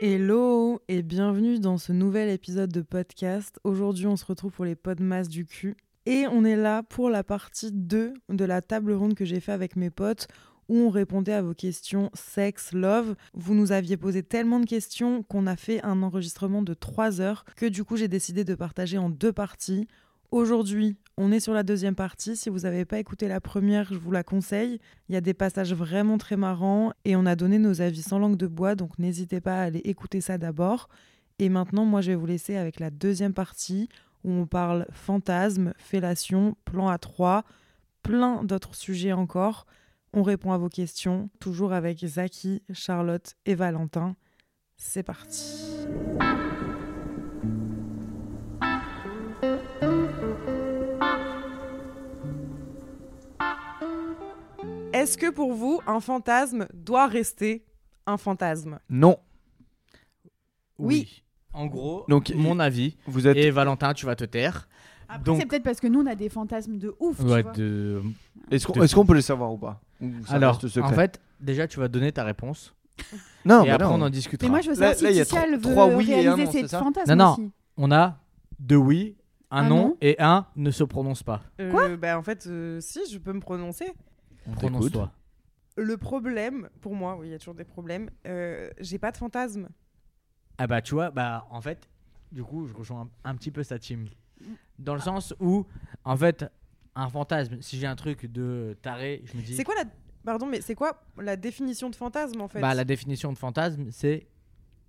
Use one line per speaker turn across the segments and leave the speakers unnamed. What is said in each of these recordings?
Hello et bienvenue dans ce nouvel épisode de podcast. Aujourd'hui, on se retrouve pour les podmas du cul. Et on est là pour la partie 2 de la table ronde que j'ai fait avec mes potes où on répondait à vos questions sexe, love. Vous nous aviez posé tellement de questions qu'on a fait un enregistrement de 3 heures que du coup j'ai décidé de partager en deux parties. Aujourd'hui, on est sur la deuxième partie. Si vous n'avez pas écouté la première, je vous la conseille. Il y a des passages vraiment très marrants et on a donné nos avis sans langue de bois, donc n'hésitez pas à aller écouter ça d'abord. Et maintenant, moi, je vais vous laisser avec la deuxième partie où on parle fantasme, fellation, plan A3, plein d'autres sujets encore. On répond à vos questions, toujours avec Zaki, Charlotte et Valentin. C'est parti. Est-ce que pour vous, un fantasme doit rester un fantasme
Non.
Oui.
En gros,
Donc,
mon avis.
Vous êtes.
Et Valentin, tu vas te taire.
Après,
Donc-
c'est peut-être parce que nous, on a des fantasmes de ouf, tu vois.
de...
Est-ce qu'on est-ce qu'on peut le savoir ou pas Ou ça
Alors,
reste secret
en fait, déjà, tu vas donner ta réponse.
non,
et
mais
après,
non.
on en discutera.
Mais moi, je veux
Là-
savoir
là,
si
il y a
Tiziane
tro-
veut
trois oui et un
réaliser
non, c'est
ses
ça
fantasmes
Non, non.
aussi.
On a deux oui, un,
Un
non,
non.
et un ne se prononce pas.
Quoi En fait, euh, si, je peux me prononcer.
Prononce-toi.
Le problème, pour moi, oui, il y a toujours des problèmes, euh, j'ai pas de fantasme.
Ah bah, tu vois, bah, en fait, du coup, je rejoins un, un petit peu sa team. Dans
Ah.
le sens où, en fait, un fantasme, si j'ai un truc de taré, je me dis...
C'est quoi la... Pardon, mais c'est quoi la définition de fantasme, en fait
Bah, la définition de fantasme, c'est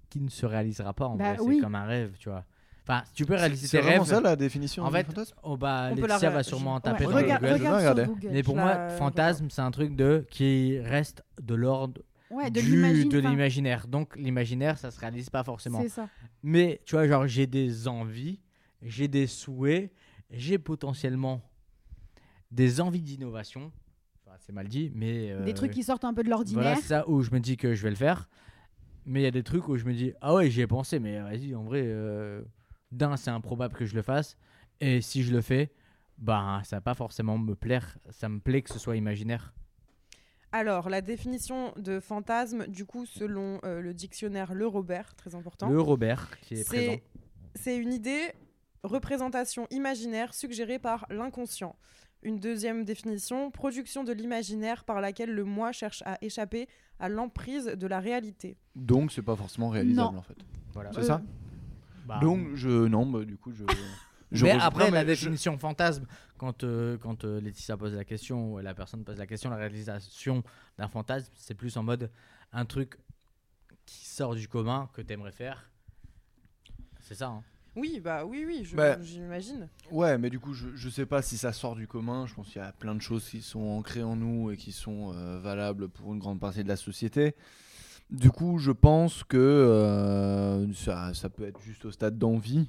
qui ne se réalisera pas en
Bah,
vrai.
oui.
C'est comme un rêve, tu vois. Enfin, tu peux
C'est-
réaliser
C'est
tes
vraiment
rêves.
ça la définition
En
du
fait,
fantasme
oh bah,
On peut la
Laetitia va
ré-
sûrement
Ouais.
taper
Ouais.
dans
Google,
Regarde,
je vais
Google.
regarde
regarder.
sur Google.
Mais pour
Je
moi,
la- je
fantasme, c'est un truc de qui reste de l'ordre
Ouais, de
du-
l'imagine.
de
enfin,
l'imaginaire. Donc l'imaginaire, ça se réalise pas forcément.
C'est ça.
Mais tu vois, genre j'ai des envies, j'ai des souhaits, j'ai potentiellement des envies d'innovation. Enfin, c'est mal dit, mais euh,
Des trucs qui sortent un peu de
voilà
l'ordinaire.
c'est ça où je me dis que je vais le faire. Mais il y a des trucs où je me dis ah ouais j'y ai pensé, mais vas-y en vrai euh, d'un c'est improbable que je le fasse et si je le fais, bah ça va pas forcément me plaire. Ça me plaît que ce soit imaginaire.
Alors, la définition de fantasme, du coup, selon euh, le dictionnaire Le Robert, très important,
Le Robert qui est, présent.
c'est c'est une idée, représentation imaginaire suggérée par l'inconscient. Une deuxième définition, production de l'imaginaire par laquelle le moi cherche à échapper à l'emprise de la réalité.
Donc, c'est pas forcément réalisable
Non.
en fait.
Voilà.
Euh,
C'est ça
Bah,
Donc, je. Non, bah, du coup, je. je
mais
rejoins-
après
non,
la
mais je-
définition fantasme, quand euh, quand euh, Laetitia pose la question ou la personne pose la question, la réalisation d'un fantasme, c'est plus en mode un truc qui sort du commun que t'aimerais faire. C'est ça. hein.
Oui, bah oui, oui, je-
Bah.
j'imagine.
Ouais, mais du coup, je, je sais pas si ça sort du commun. Je pense qu'il y a plein de choses qui sont ancrées en nous et qui sont euh, valables pour une grande partie de la société. Du coup, je pense que euh, ça, ça peut être juste au stade d'envie.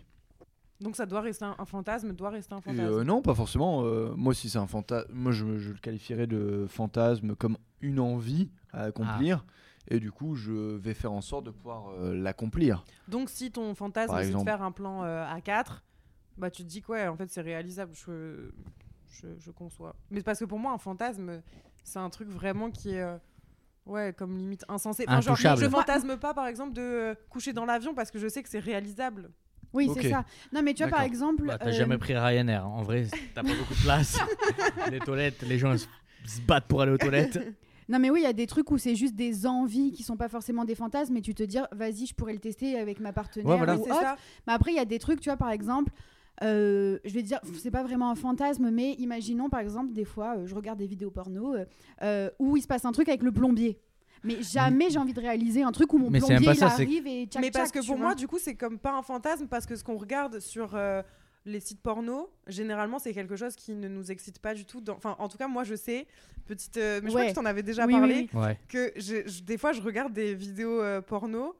Donc ça doit rester un, un fantasme, doit rester un
Et,
fantasme.
euh, non, pas forcément. euh, moi, si c'est un fantasme, moi je, je le qualifierais de fantasme comme une envie à accomplir.
Ah.
Et du coup, je vais faire en sorte de pouvoir euh, l'accomplir.
Donc si ton fantasme
Par
c'est de
exemple.
faire un plan euh, à 4, bah tu te dis que ouais, en fait c'est réalisable, je, je, je conçois. Mais c'est parce que pour moi un fantasme c'est un truc vraiment qui est euh, ouais, comme limite insensé. Enfin, genre,
Intouchable.
je fantasme pas par exemple de euh, coucher dans l'avion parce que je sais que c'est réalisable.
Oui,
Ok.
c'est ça. Non, mais tu vois, par
D'accord.
exemple.
Bah, t'as
euh,
jamais pris Ryanair. hein. En vrai, t'as pas beaucoup de place. les toilettes, les gens ils se se battent pour aller aux toilettes.
Non, mais oui, il y a des trucs où c'est juste des envies qui sont pas forcément des fantasmes, mais tu te dis, vas-y, je pourrais le tester avec ma partenaire
Ouais, voilà.
ou
Oui, c'est
autre.
ça.
Mais après, il y a des trucs, tu vois, par exemple, euh, je vais dire, c'est pas vraiment un fantasme, mais imaginons, par exemple, des fois, euh, je regarde des vidéos porno euh, euh, où il se passe un truc avec le plombier. Mais jamais j'ai envie de réaliser un truc où mon
Mais c'est même
plombier
pas
il
ça, c'est-
arrive et tchac
Mais parce
tchac,
que
tu
pour
vois.
moi, du coup, c'est comme pas un fantasme parce que ce qu'on regarde sur euh, les sites porno, généralement, c'est quelque chose qui ne nous excite pas du tout. dans- Enfin, en tout cas, moi, je sais, petite. euh, mais je crois
Ouais.
que tu en avais déjà
Oui,
parlé,
oui.
Ouais.
que je- je- des fois, je regarde des vidéos euh, porno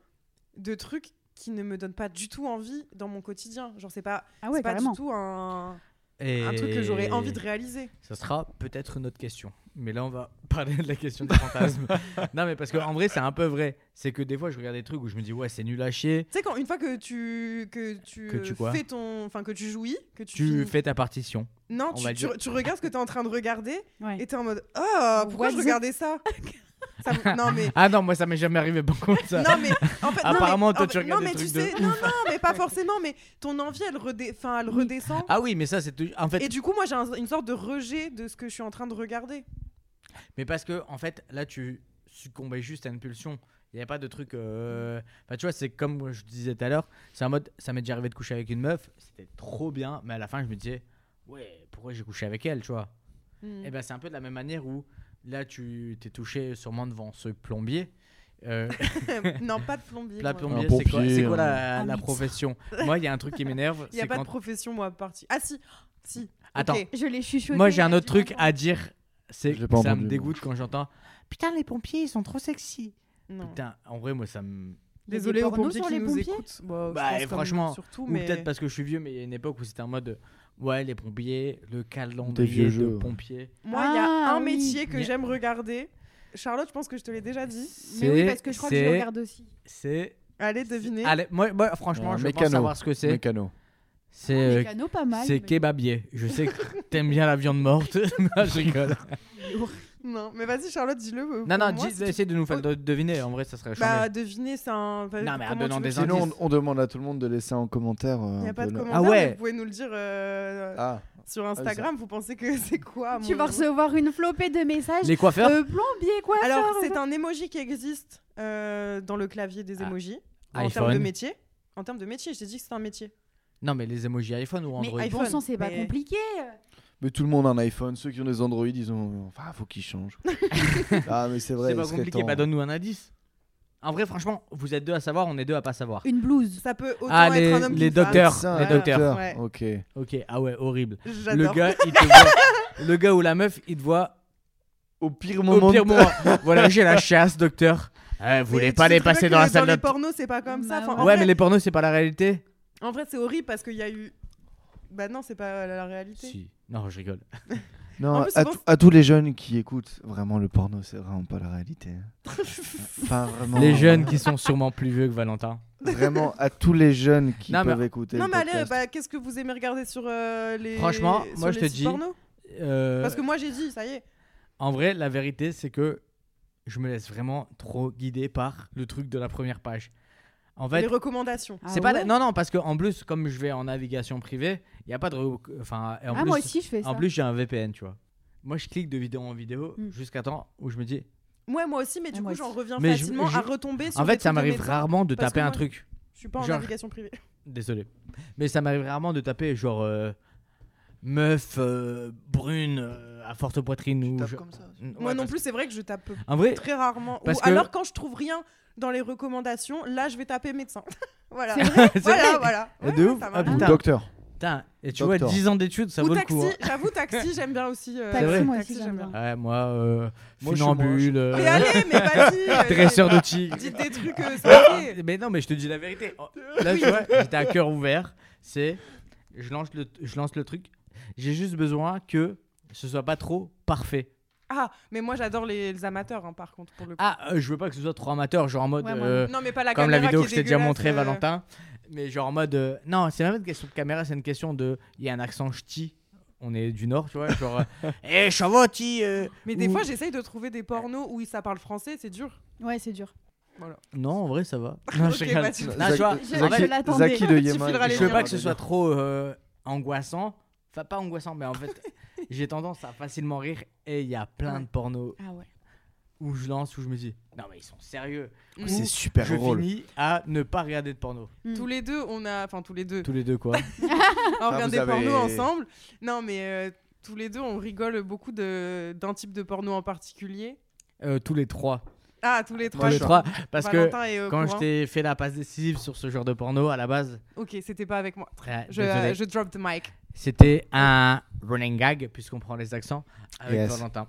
de trucs qui ne me donnent pas du tout envie dans mon quotidien. Genre, c'est pas,
Ah ouais,
c'est pas du
carrément.
tout un,
Et...
un truc que j'aurais envie de réaliser.
Ça sera peut-être une autre question. Mais là, on va parler de la question des fantasmes. non, mais parce qu'en vrai, c'est un peu vrai. C'est que des fois, je regarde des trucs où je me dis, ouais, c'est nul à chier.
Tu sais, quand une fois que tu, que tu,
Que tu
euh,
quoi
fais ton. Enfin, que tu jouis, que tu.
Tu
finis-
fais ta partition.
Non,
on
tu,
va
tu-
dire.
tu regardes ce que tu es en train de regarder
Ouais.
et t'es en mode Oh, pourquoi
What
je
the-
regardais ça, Ça me- Non, mais.
Ah non, moi, ça m'est jamais arrivé, par contre. Ça.
Non mais en fait non,
Apparemment,
mais-
toi,
en
tu
fait-
regardes
non,
des
mais tu
trucs de
sais- non non mais pas forcément mais ton envie elle, redé- enfin, elle
Oui.
redescend
Ah oui, mais ça, c'est. tout- En fait,
et du coup moi j'ai un- une sorte de rejet de ce que je suis en train de regarder
Mais parce que, en fait, là, tu succombais juste à une pulsion. Il n'y a pas de truc. euh, Enfin, tu vois, c'est comme je disais tout à l'heure. C'est un mode, ça m'est déjà arrivé de coucher avec une meuf. C'était trop bien. Mais à la fin, je me disais, ouais, pourquoi j'ai couché avec elle, tu vois Et ben, c'est un peu de la même manière où là, tu t'es touché sûrement devant ce plombier. Euh,
non pas de plombier
la
moi.
plombier,
Un
c'est quoi,
pompier,
c'est quoi
un
la, la
médecin.
profession Moi, il y a un truc qui m'énerve.
il y a
c'est
pas
quand-
de profession moi partie ah si si
Attends,
ok.
Je l'ai chuchoté.
Moi, j'ai un
là,
autre
j'ai
truc à dire. C'est
Je l'ai pas
ça
entendu,
me
moi.
dégoûte quand j'entends. Putain, les pompiers, ils sont trop sexy.
Non.
Putain, en vrai, moi, ça me.
Il y a des
désolé aux
pornos
pompiers
sur
qui
les
nous
pompiers
écoutent Bon, je
Bah,
pense
et
comme
franchement,
surtout
Ou
mais
peut-être parce que je suis vieux, mais il y a une époque où c'était en mode ouais, les pompiers, le
Des
calendrier
vieux
de
jeux, ouais.
pompiers.
moi il y a
Ah,
un
oui.
métier que
Mais-
j'aime regarder Charlotte je pense que je te l'ai déjà dit
Mais oui, parce que je crois que je
c'est-
le regarde aussi.
C'est.
allez devinez
Allez, moi, moi, franchement,
Un
je
mécano.
pense savoir ce que c'est.
Mécano.
C'est.
Ah, Les
euh,
canaux, pas mal.
c'est
mais-
kebabier. Je sais que t'aimes bien la viande morte. non, je rigole.
non mais vas-y Charlotte dis-le euh,
Non,
pour
non,
moi,
dis-
si tu-
essaie de nous faire
Oh.
de- deviner. En vrai, ça serait
bah
charmé.
devinez c'est un enfin,
Non, mais en
comment tu
donnant
veux
des
que-
indices.
Sinon, on, on demande à tout le monde de laisser en commentaire. euh,
il n'y a pas de commentaire,
Ah ouais.
mais vous pouvez nous le dire euh,
Ah,
sur
ça.
Instagram. vous pensez que c'est quoi
Tu
mon-
vas recevoir une flopée de messages.
Les coiffeurs
Euh, plombier, quoi
Alors, c'est un emoji qui existe euh, dans le clavier des
Ah.
emojis. En termes
iPhone.
de métier. En termes de métier, je t'ai dit que c'est un métier.
Non, mais les emojis iPhone ou
Mais
Android.
iPhone,
Bon sang, c'est pas
mais-
compliqué.
mais tout le monde a un iPhone. Ceux qui ont des Android, ils ont. Enfin, faut qu'ils changent. ah, mais c'est vrai.
C'est pas
il serait
compliqué.
temps.
Bah, donne-nous un indice. En vrai, franchement, vous êtes deux à savoir, on est deux à pas savoir.
Une blouse.
Ça peut autant
Ah,
être
les-
un homme
les
qu'une femme.
docteurs,
Médecin,
les
ah,
docteurs.
docteur,
Ouais.
Ok.
Ok, ah ouais, horrible. Le
J'adore.
gars, il te voit. Le gars ou la meuf, il te voit
Au pire
Au
moment.
pire moment. voilà, j'ai la chasse, docteur. Eh, vous
Mais
voulez
tu
pas
sais
aller
très bien
passer
que
dans la salle
Dans les
d'attente
pornos, c'est pas comme ça.
Bah
Enfin,
Ouais,
en, vrai,
mais les pornos, c'est pas la réalité.
en vrai, c'est horrible parce qu'il y a eu. Bah non, c'est pas la, la réalité.
Si. Non, je rigole.
Non,
En plus,
à,
souvent,
tou- à tous les jeunes qui écoutent, vraiment, le porno, c'est vraiment pas la réalité. Pas vraiment.
Les jeunes qui sont sûrement plus vieux que Valentin.
Vraiment, à tous les jeunes qui
Non, mais-
peuvent écouter.
Non,
le
mais allez,
podcast.
bah, qu'est-ce que vous aimez regarder sur euh, les.
Franchement,
sur
moi,
les
je te
sites
dis-
pornos
Euh,
Parce que moi, j'ai dit, ça y est.
En vrai, la vérité, c'est que je me laisse vraiment trop guider par le truc de la première page. En fait,
Les recommandations.
Ah
c'est pas. la-
ouais
Non, non, parce que en plus, comme je vais en navigation privée, il y a pas de. rec- Enfin, et en
Ah,
plus,
moi aussi, je fais ça.
En plus, j'ai un VPN, tu vois. Moi, je clique de vidéo en vidéo
Hmm.
jusqu'à temps où je me dis.
Ouais, moi aussi, mais du
Ah, moi
coup, j'en
aussi.
reviens
Mais je-
facilement
je-
à retomber sur.
En
des
fait, ça
trucs de
m'arrive
médecin.
rarement de
Parce que
taper un
moi-
truc.
Je suis pas en
Genre-
navigation privée.
Désolé. Mais ça m'arrive rarement de taper genre euh, meuf euh, brune euh, à forte poitrine ou
Tape
je-
comme ça.
Mm,
Moi
ouais,
non
parce-
plus, c'est vrai que je tape
En vrai,
très rarement.
Parce
Ou
que-
alors quand je trouve rien dans les recommandations, là je vais taper médecin. voilà.
C'est vrai
c'est
voilà,
vrai.
voilà.
Et
Ouais,
de
ouais,
ouf.
ça
Ah,
marche.
putain.
Ou docteur.
putain, et tu
Docteur.
vois 10 ans d'études, ça
Ou
vaut
taxi,
le coup. hein.
j'avoue taxi, j'aime bien aussi. euh,
Taxi,
vrai.
moi aussi, j'aime bien.
Ouais, moi euh,
Moi, je suis
funambule, euh,
Mais allez, mais vas-y. euh,
dresseur de tigre.
Dites des trucs euh, santé.
mais non, mais je te dis la vérité. Oh, Là, tu vois, j'étais à cœur ouvert, c'est je lance le je lance le truc. J'ai juste besoin que ce soit pas trop parfait.
Ah, mais moi j'adore les, les amateurs hein, par contre pour le coup.
Ah, euh, je veux pas que ce soit trop amateur, genre en mode
Ouais, moi,
euh,
non mais pas la
comme la
caméra
vidéo
qui
que
est
je t'ai déjà
dégueulasse,
montrée,
euh,
Valentin. Mais genre en mode. euh, non, c'est même pas une question de caméra, c'est une question de. Il y a un accent ch'ti. On est du nord, tu vois. Genre. euh, Eh, ça va, ti, euh,
Mais des
ou-
fois j'essaye de trouver des pornos où ça parle français, c'est dur.
Ouais, c'est dur.
Non, en vrai, ça va. Non, je
Ok,
rigole.
bah, tu-
Non, tu vois,
Je-
en fait,
je l'attendais.
Zaki de
Tu
Yémen.
fileras les
je veux pas que ce soit trop euh, angoissant. Enfin, pas angoissant, mais en fait, j'ai tendance à facilement rire. Et il y a plein de pornos
Ah ouais.
où je lance, où je me dis. Non, mais ils sont sérieux.
C'est
Ou
super
je
drôle.
finis à ne pas regarder de porno.
Tous les deux, on a enfin tous les deux.
Tous les deux, quoi. Ah,
on regarde
vous
des
avez-
pornos ensemble. Non, mais euh, tous les deux, on rigole beaucoup de- d'un type de porno en particulier.
Euh, tous les trois.
Ah, tous les trois.
Tous les
je-
trois, parce que
Valentin est au
quand je
courant.
t'ai fait la passe décisive sur ce genre de porno à la base,
Ok, c'était pas avec moi.
très-
Je, euh,
désolé,
je drop the mic.
c'était un running gag puisqu'on prend les accents avec
Yes.
Valentin.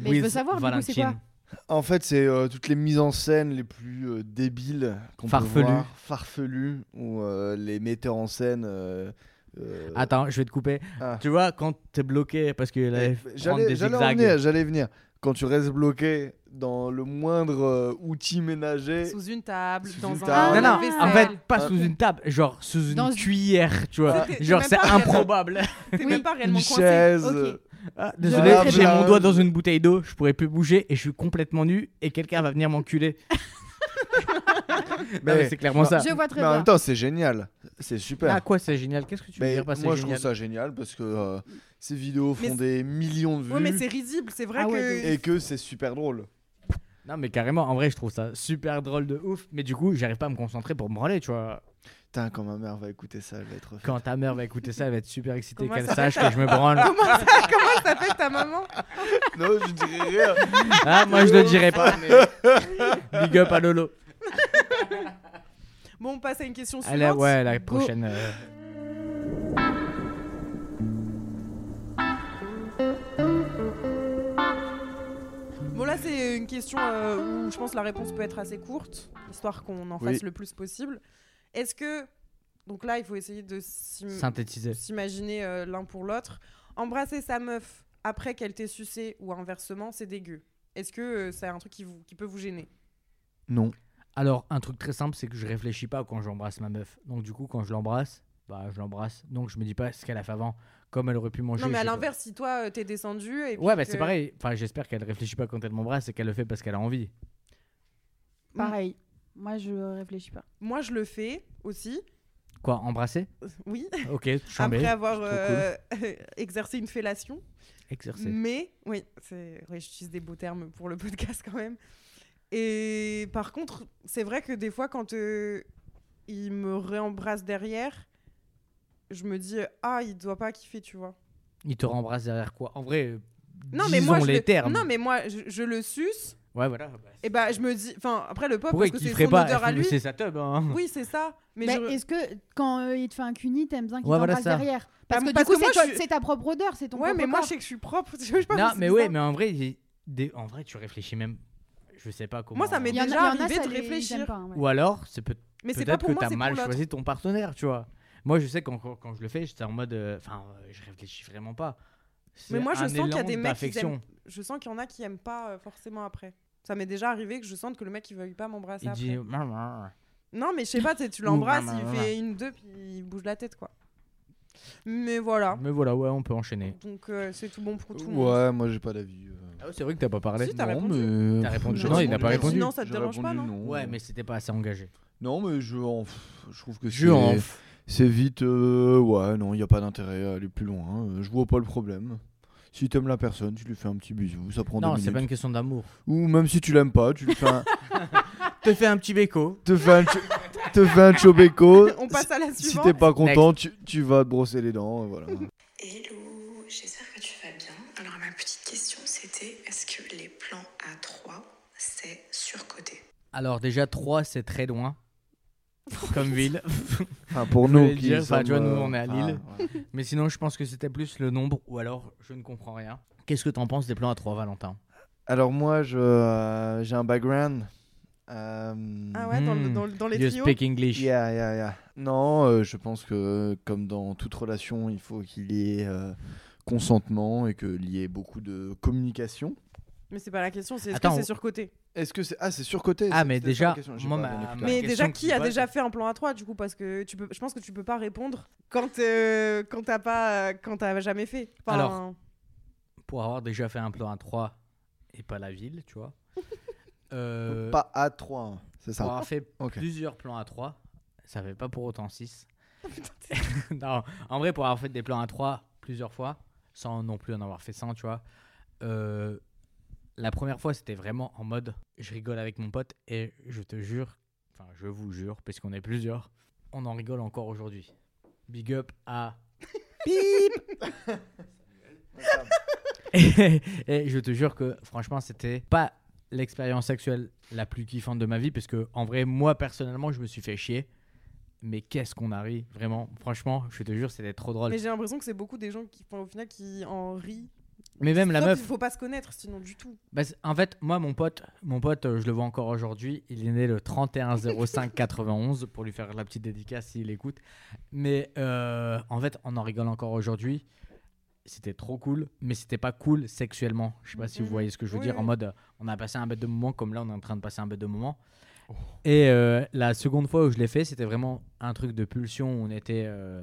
Mais je veux
With
savoir, du coup, c'est
Valentine.
En fait, c'est euh, toutes les mises en scène les plus euh, débiles qu'on peut
Farfelues.
voir, farfelues, où euh, les metteurs en scène. euh, euh,
Attends, je vais te couper.
Ah.
Tu vois, quand t'es bloqué parce que là,
eh,
faut prendre
J'allais
des
j'allais en
zigzags.
venir, j'allais venir. Quand tu restes bloqué dans le moindre euh, outil ménager,
Sous une table,
Sous
dans
une
un.
table.
Non, non,
lave-vaisselle.
en fait, pas
Ah.
sous une table, genre sous une
Dans-
cuillère, tu vois.
C'était-
Genre,
c'est
c'est
même pas réellement-
improbable.
T'es même pas réellement
une
coincé.
chaise.
ok.
euh,
Ah,
Je
désolé,
lave
j'ai
la-
mon doigt dans une bouteille d'eau, je pourrais plus bouger et je suis complètement nu et quelqu'un va venir m'enculer. Non, mais c'est clairement ça.
Je vois très
Bah,
Mais en
bien.
même temps, c'est génial. C'est super.
À quoi c'est génial Qu'est-ce que Ah, tu veux
Mais
dire par
moi,
c'est
je trouve
génial
ça génial parce que euh, ces vidéos font
Mais
des millions de vues
Ouais, mais c'est risible, c'est vrai
Ah ouais,
que.
et que c'est super drôle.
Non, mais carrément, en vrai, je trouve ça super drôle de ouf. Mais du coup, j'arrive pas à me concentrer pour me branler, tu vois.
Putain, quand ma mère va écouter ça, elle va être.
Quand ta mère va écouter ça, elle va être super excitée
Comment
qu'elle
ça
sache que je me branle.
Comment ça, comment ça fait ta maman
non, je dirais rien.
Ah, moi, je le dirais pas. Big up à Lolo.
Bon, on passe à une question suivante.
Allez, ouais, la
Go.
prochaine. euh,
Bon, là, c'est une question euh, où je pense que la réponse peut être assez courte, histoire qu'on en
Oui.
fasse le plus possible. Est-ce que. Donc là, il faut essayer de
Hmm.
s'im-
synthétisée.
s'imaginer euh, l'un pour l'autre. Embrasser sa meuf après qu'elle t'ait sucé ou inversement, c'est dégueu. Est-ce que euh, c'est un truc qui, vous, qui peut vous gêner
Non.
Alors, un truc très simple, c'est que je réfléchis pas quand j'embrasse ma meuf. Donc, du coup, quand je l'embrasse, bah, je l'embrasse. Donc, je me dis pas ce qu'elle a fait avant, comme elle aurait pu manger.
Non, mais à
je sais pas.
l'inverse, si toi, euh, t'es descendu. Et puis
Ouais, bah, c'est
que-
pareil. Enfin, j'espère qu'elle réfléchit pas quand elle m'embrasse et qu'elle le fait parce qu'elle a envie.
Pareil. Moi, je réfléchis pas.
Moi, je le fais aussi. euh,
Quoi, embrasser
Oui.
Ok,
après
chambé,
avoir
trop
euh, exercé une fellation.
exercer.
Mais, oui, c'est ouais, j'utilise des beaux termes pour le podcast quand même. Et par contre, c'est vrai que des fois, quand euh, il me réembrasse derrière, je me dis Ah, il doit pas kiffer, tu vois.
Il te rembrasse derrière quoi En vrai, euh,
Non,
disons
mais moi, je
les
le-
termes.
Non, mais moi, je, je le suce.
Ouais, voilà.
Et bah, je me dis. Enfin, après, le pop,
Pourquoi il
parce que c'est
kifferait
son
pas
odeur à
Faut-
lui.
C'est sa teub. hein.
Oui, c'est ça. Mais
Mais
je-
Bah, est-ce que quand euh, il te fait un cuni, t'aimes bien qu'il
Ouais, voilà
t'embrasse
ça.
derrière Parce
Bah,
que
parce
du
que
coup,
moi,
c'est toi-
je suis-
c'est ta propre odeur, c'est ton
Ouais,
propre
mais moi, je
corps.
sais que je suis propre. Je sais pas,
Non,
c'est
mais
bizarre.
ouais, mais en vrai, il y a des- en vrai, tu réfléchis même. Je sais pas comment.
Moi, ça m'est
Il y en a-
déjà
il y en a,
arrivé
ça
de
les- ils
réfléchir.
aiment pas, hein, ouais.
Ou alors, c'est peut
Mais c'est pas
Peut-être
pour
que
moi,
t'as
c'est
mal
pour l'autre.
choisi ton partenaire, tu vois. Moi, je sais quand, quand, quand je le fais, j'étais en mode. euh, Enfin, euh, je réfléchis vraiment pas. C'est
Mais moi, je
un
sens qu'il y a
élan
des mecs qui
d'affection.
Je sens qu'il y en a qui aiment pas euh, forcément après. Ça m'est déjà arrivé que je sente que le mec il veuille pas m'embrasser
Il
après.
dit. Mouah, mouah.
Non, mais je sais pas, tu sais, tu
Ouh,
l'embrasses,
maman,
il
maman.
fait une, deux, puis il bouge la tête quoi. Mais voilà.
Mais voilà, ouais, on peut enchaîner.
Donc euh, c'est tout bon pour tout le monde.
Ouais, moi, j'ai pas d'avis. euh.
Ah, c'est vrai que t'as pas parlé.
Si, t'as répondu.
mais.
T'as répondu.
J'ai
Non, il n'a pas
j'ai
répondu.
Non, ça te
J'ai
dérange pas,
répondu
non
Ouais, mais c'était pas assez engagé.
Non, mais je, en- je trouve que
Je en.
c'est. C'est vite. euh, Ouais, non, il n'y a pas d'intérêt à aller plus loin. Euh, Je vois pas le problème. Si t'aimes la personne, tu lui fais un petit bisou, ça prend
Non,
deux
c'est pas
minutes.
une question d'amour.
Ou même si tu l'aimes pas, tu lui fais un,
Te fais un petit béco.
te fais un, cho- te fais un chobeco.
On passe à la
Si
suivante.
t'es pas content, tu, tu vas te brosser les dents, et voilà.
Hello, j'espère que tu vas bien. Alors ma petite question c'était est-ce que les plans à 3 c'est surcoté
Alors, déjà, 3, c'est très loin. Comme ville.
Enfin, pour
Je
nous,
voulais
qui
dire, enfin, tu vois,
sommes,
nous,
euh,
on est à Lille.
ah, ouais.
Mais sinon, je pense que c'était plus le nombre, ou alors je ne comprends rien. Qu'est-ce que t'en penses des plans à 3, Valentin
Alors moi, je, euh, j'ai un background. euh,
Ah ouais, dans, le-
Hmm.
dans le- dans les
You
trios.
speak English.
Yeah, yeah, yeah. Non, euh, je pense que comme dans toute relation, il faut qu'il y ait euh, consentement et qu'il y ait beaucoup de communication.
Mais c'est pas la question, c'est est-ce que
Attends,
c'est
on-
surcoté
Est-ce que c'est ah c'est surcoté
Ah,
c'est-
mais
c'était ça
déjà,
la question, j'ai
moi,
pas
ma-
bien écouté.
ma-
Mais
question
déjà,
qui
qui a
pose-
déjà fait un plan à 3 du coup Parce que tu peux, je pense que tu peux pas répondre quand, euh, quand t'as pas, quand t'as jamais fait. Enfin,
Alors. Pour avoir déjà fait un plan à 3 et pas la ville, tu vois. Euh,
pas à 3 c'est
pour
ça.
avoir fait
Ok.
plusieurs plans à 3, ça fait pas pour autant 6.
Oh,
non, en vrai, pour avoir fait des plans à 3 plusieurs fois, sans non plus en avoir fait 100, tu vois. euh, la première fois, c'était vraiment en mode je rigole avec mon pote et je te jure, enfin, je vous jure, parce qu'on est plusieurs, on en rigole encore aujourd'hui. Big up à. Et, et je te jure que franchement, c'était pas l'expérience sexuelle la plus kiffante de ma vie, parce que en vrai, moi personnellement, je me suis fait chier. Mais qu'est-ce qu'on a ri, vraiment. Franchement, je te jure, c'était trop drôle.
Mais
Mais,
j'ai l'impression que c'est beaucoup des gens qui, enfin, au final, qui en rient.
même la
Sauf
meuf.
qu'il faut pas se connaître, sinon du tout.
Bah, c'est- en fait, moi, mon pote, mon pote, euh, je le vois encore aujourd'hui. Il est né le 31-05-91 pour lui faire la petite dédicace s'il écoute. Mais euh, en fait, on en rigole encore aujourd'hui. C'était trop cool, mais c'était pas cool sexuellement. Je sais pas si vous
Mhm.
voyez ce que je veux
Oui,
dire. En
oui.
mode, euh, on a passé un bête de moment, comme là, on est en train de passer un bête de moment.
Oh.
Et euh, la seconde fois où je l'ai fait, c'était vraiment un truc de pulsion. On était euh,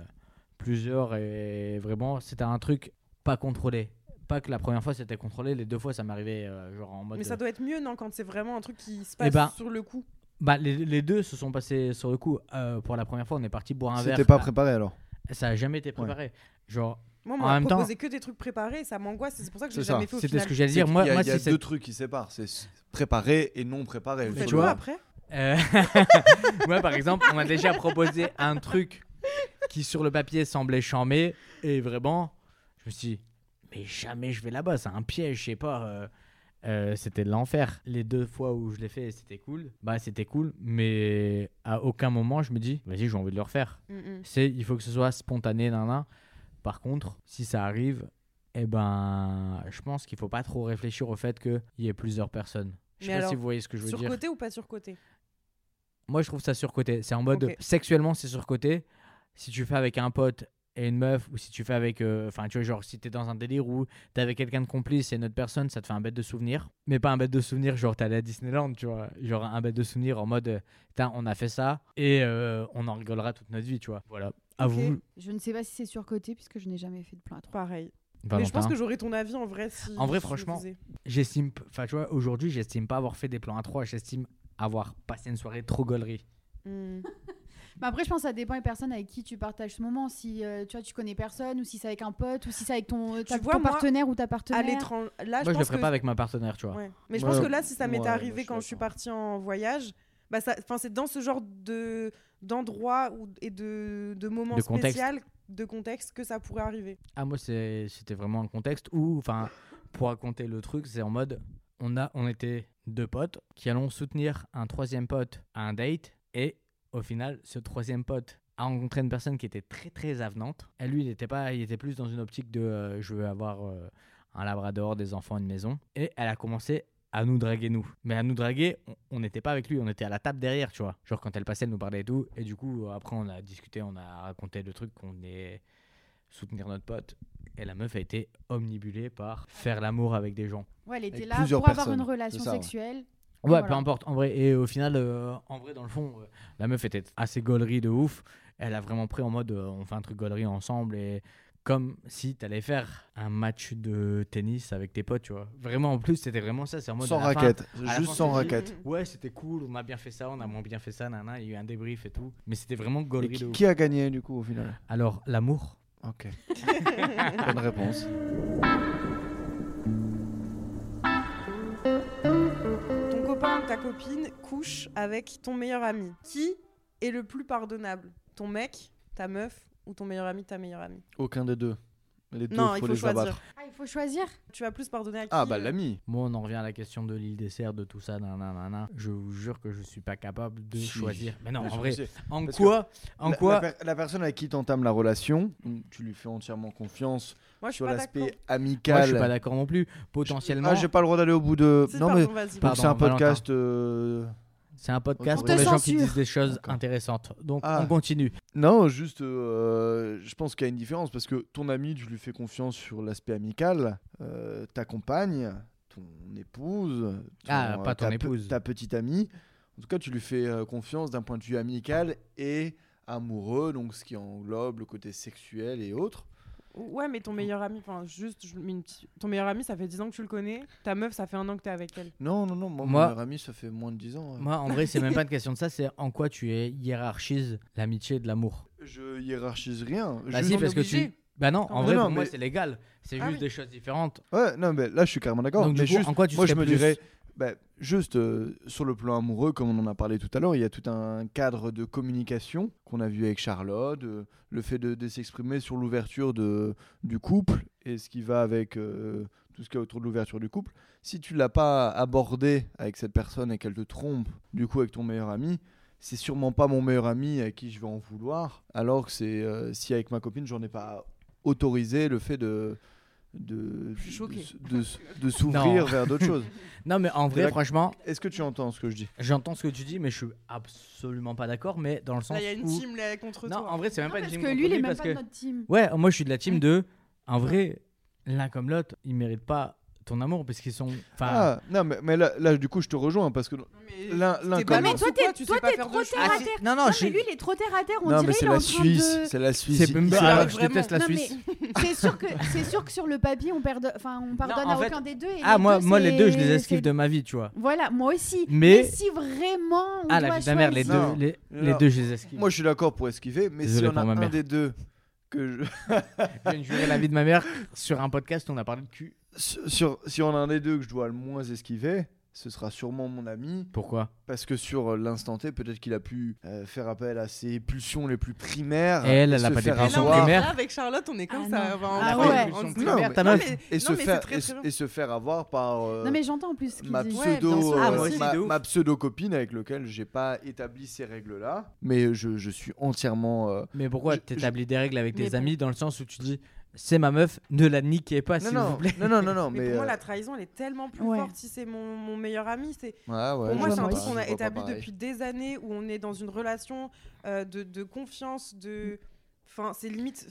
plusieurs et vraiment, c'était un truc pas contrôlé. Pas que la première fois c'était contrôlé, les deux fois ça m'arrivait euh, genre en mode.
Mais ça doit être mieux, non, quand c'est vraiment un truc qui se
Eh
passe
ben,
sur le coup.
Bah, les, les deux se sont passés sur le coup. Euh, pour la première fois, on est parti boire un verre.
C'était pas
Ah,
préparé alors.
Ça a jamais été préparé. Genre,
Moi, on
En
m'a
même temps-
proposé que des trucs préparés, ça m'angoisse, c'est pour ça que j'ai
C'est ça,
jamais fait au
c'était ce
final.
que j'allais dire. Moi,
il y a,
moi
il y a
si c'est-
deux trucs qui séparent, c'est s- préparé et non préparé.
Vous
tu
faites
tu
quoi
vois.
après
Euh, Moi, par exemple, on m'a déjà proposé un truc qui, sur le papier, semblait chambé. Et vraiment, je me suis dit, mais jamais je vais là-bas, c'est un piège, je sais pas. euh, euh, c'était l'enfer. Les deux fois où je l'ai fait, c'était cool. Bah, c'était cool, mais à aucun moment, je me dis, vas-y, j'ai envie de le refaire.
Mm, mm.
C'est, il faut que ce soit spontané, nan. Par contre, si ça arrive, eh ben, je pense qu'il faut pas trop réfléchir au fait qu'il y ait plusieurs personnes. Je sais
Mais
pas
alors,
si vous voyez ce que je veux dire.
Surcoté ou pas surcoté
Moi, je trouve ça surcoté. C'est en mode
Ok.
sexuellement, c'est surcoté. Si tu fais avec un pote et une meuf, ou si tu fais avec. euh, Enfin, tu vois, genre, si t'es dans un délire où t'es avec quelqu'un de complice et une autre personne, ça te fait un bête de souvenir. Mais pas un bête de souvenir, genre, t'es allé à Disneyland, tu vois. Genre, un bête de souvenir en mode, euh, putain, on a fait ça et euh, on en rigolera toute notre vie, tu vois. Voilà. À
Ok.
vous,
Je ne sais pas si c'est surcoté puisque je n'ai jamais fait de plan à trois.
Pareil. Mais je
Valentin.
pense que j'aurais ton avis en vrai. Si
En vrai,
je le
franchement,
faisais.
J'estime. Enfin, tu vois, aujourd'hui, j'estime pas avoir fait des plans à trois. J'estime avoir passé une soirée trop gaulerie.
Mm.
Mais après, je pense que ça dépend des personnes avec qui tu partages ce moment. Si euh, tu vois, tu connais personne ou si c'est avec un pote ou si c'est avec ton, euh, ta-
vois,
ton
moi,
partenaire ou ta partenaire.
À l'étranger. Là,
Moi, je
Ah, je
le
pense
ferais
que
pas avec ma partenaire, tu vois.
Ouais. Mais je
Ouais.
pense que là, si ça m'était
Ouais,
arrivé
moi, je suis
quand je suis
d'accord.
partie en voyage, bah ça, 'fin, c'est dans ce genre de d'endroit où- et de, de moments
De contexte.
spécial de contexte que ça pourrait arriver.
Ah moi c'est- c'était vraiment un contexte où enfin pour raconter le truc c'est en mode on a on était deux potes qui allons soutenir un troisième pote à un date et au final ce troisième pote a rencontré une personne qui était très très avenante. Et lui il était pas il était plus dans une optique de euh, je veux avoir euh, un labrador, des enfants, une maison et elle a commencé à nous draguer nous. Mais à nous draguer, on- on n'était pas avec lui, on était à la table derrière, tu vois. Genre quand elle passait, elle nous parlait et tout et du coup après on a discuté, on a raconté le truc qu'on est soutenir notre pote. Et la meuf a été omnibulée par faire l'amour avec des gens.
Ouais, elle était
Avec
là
plusieurs
pour avoir
personnes,
une relation
c'est ça, ouais.
sexuelle.
Ouais,
Voilà.
peu importe. En vrai, et au final, euh, en vrai, dans le fond, euh, la meuf était assez gaulerie de ouf. Elle a vraiment pris en mode euh, on fait un truc gaulerie ensemble et comme si t'allais faire un match de tennis avec tes potes, tu vois. Vraiment, en plus, c'était vraiment ça. C'est en mode
Sans
à la fin,
raquette,
la
juste
fin,
sans
c'est-
raquette.
Mm, mm.
ouais, c'était cool, on a bien fait ça, on a moins bien fait ça, nana. Il y a eu un débrief et tout. Mais c'était vraiment
Et
gaulerie de
qui,
ouf.
qui a gagné du coup au final
Alors, l'amour.
Ok. Bonne réponse.
Ton copain ou ta copine couche avec ton meilleur ami. Qui est le plus pardonnable Ton mec, ta meuf ou ton meilleur ami, ta meilleure amie
Aucun des deux. Les deux,
Non, il
faut,
faut
les
choisir.
abattre.
Ah, il faut choisir.
Tu vas plus pardonner à qui
Ah bah
euh,
l'ami.
Moi, on en revient à la question de l'île dessert, de tout ça, nanana. nanana. Je vous jure que je suis pas capable de
Si.
choisir. Mais non,
Bien
en
sûr
vrai,
que si.
en
Parce
quoi, en
la,
quoi
la per- la personne avec qui tu entames la relation, donc tu lui fais entièrement
Moi,
confiance
Ah, je suis
sur
pas
l'aspect
d'accord.
amical.
Moi, je suis pas d'accord non plus. Potentiellement,
Ah, j'ai pas le droit d'aller au bout de.
Si,
euh, Non
pardon,
mais
vas-y.
Pardon,
donc c'est un
Valentin.
podcast. euh,
c'est un podcast
On
pour
te
les gens qui
censure.
disent des choses
D'accord.
intéressantes. Donc,
Ah.
on continue.
Non, juste, euh, je pense qu'il y a une différence parce que ton ami, tu lui fais confiance sur l'aspect amical, euh, ta compagne, ton épouse,
Ah,
ton, euh,
pas ton
ta pe-
épouse.
ta petite amie. En tout cas, tu lui fais euh, confiance d'un point de vue amical et amoureux, donc ce qui englobe le côté sexuel et autres.
Ouais, mais ton meilleur ami, enfin, juste, je mets une petite- ton meilleur ami, ça fait 10 ans que tu le connais. Ta meuf, ça fait un an que t'es avec elle.
Non, non, non, moi, mon
Moi-
meilleur ami, ça fait moins de 10 ans. hein.
Moi, en vrai, c'est même pas une question de ça. C'est en quoi tu es- hiérarchises l'amitié de l'amour.
Je hiérarchise rien.
Bah,
juste-
si, parce que tu.
obligé.
Bah non, en
Non,
vrai,
non,
pour moi,
mais-
c'est légal. C'est
Ah oui.
juste des choses différentes.
Ouais, non, mais là, je suis carrément d'accord.
Donc,
Mais
du coup,
juste,
en quoi tu
moi, je
serais
me
plus
dirais, Bah, juste euh, sur le plan amoureux, comme on en a parlé tout à l'heure, il y a tout un cadre de communication qu'on a vu avec Charlotte, euh, le fait de, de s'exprimer sur l'ouverture de- du couple et ce qui va avec euh, tout ce qui est autour de l'ouverture du couple. Si tu l'as pas abordé avec cette personne et qu'elle te trompe, du coup avec ton meilleur ami, c'est sûrement pas mon meilleur ami à qui je vais en vouloir. Alors que c'est euh, si avec ma copine, j'en ai pas autorisé le fait de de,
Je suis
de,
choquée.
s- de s- de
Non.
s'ouvrir vers d'autres choses.
Non, mais en vrai,
la-
franchement,
Est-ce que tu entends ce que je dis
j'entends ce que tu dis, mais je suis absolument pas d'accord. Mais dans le sens
Là, il y a une
où-
team là, contre
Non,
toi.
en vrai, c'est même
Non,
pas une
parce
team
que
contre
lui, il est même
parce
pas
que-
de notre team.
Ouais, moi, je suis de la team de. En vrai, l'un comme l'autre, ils méritent pas ton amour parce qu'ils sont. Enfin,
Ah, non, mais, mais là, là, du coup, je te rejoins parce que. L'un-
T'es
l'un comme
Non, mais
balance
toi,
ou quoi
Euh, t'es-
Tu
toi,
sais pas
t'es
faire de
trop
choses.
terre à
Ah,
terre.
si- Non,
Non,
non,
mais
j'ai-
lui, il est trop terre à terre. On
non,
dirait
mais c'est
il est en
la
train
Suisse.
de-
C'est la Suisse.
c'est Ah, même
ils-
pas-
ils-
la-
alors, je
vraiment.
déteste la
Non, mais-
Suisse.
C'est sûr que c'est sûr que sur le papier, on perd, enfin, on pardonne
en
à
fait-
aucun des deux. et
Ah, moi,
deux,
moi les deux, je
c'est-
les esquive
c'est-
de ma vie, tu vois.
Voilà, moi aussi.
Mais-
Mais si vraiment on
Ah, la
doit
vie de la mère, les
choisir-
deux,
Non.
les, les
Non.
deux, je les esquive.
Moi, je suis d'accord pour esquiver, mais
Désolé
s'il y en
pour
a
ma
un
mère.
des deux que je.
je viens de jurer la vie de ma mère sur un podcast où on a parlé de cul.
Sur, si on a un des deux que je dois le moins esquiver, ce sera sûrement mon ami.
Pourquoi
Parce que sur euh, l'instant T, peut-être qu'il a pu euh, faire appel à ses pulsions les plus primaires.
Elle,
et
elle
se
a pas des
faire
Mais là,
pulsions
on
avoir.
est
primaires.
là, avec Charlotte, on est comme
Ah,
ça. enfin,
non.
on
Ah,
prend
ouais.
des pulsions
Ah, Non,
primaires.
mais-
Ta
Non,
meuf,
mais-
Et,
non,
se
mais c'est
faire,
très,
et,
très
se-
bien.
et se faire avoir par euh,
Non mais j'entends en plus ce qu'il
ma
dit.
Ouais, bien
pseudo,
sûr.
euh,
Ah, moi aussi,
ma,
de ouf.
pseudo copine avec lequel j'ai pas établi ces règles là, mais je, je suis entièrement euh,
Mais pourquoi
Je-
t'établis des règles avec
Mais
tes
pour-
amis dans le sens où tu dis c'est ma meuf, ne la niquez pas
non,
Ah, s'il vous
non,
plaît.
non non non non mais,
Mais pour moi,
euh,
la trahison, elle est tellement plus
Ouais.
forte si c'est mon, mon meilleur ami. C'est
Ouais, ouais,
pour moi,
je
c'est un
vois
truc
pas,
qu'on
je
a
vois pas
établi
pareil.
depuis des années où on est dans une relation euh, de, de confiance, de, enfin, c'est limite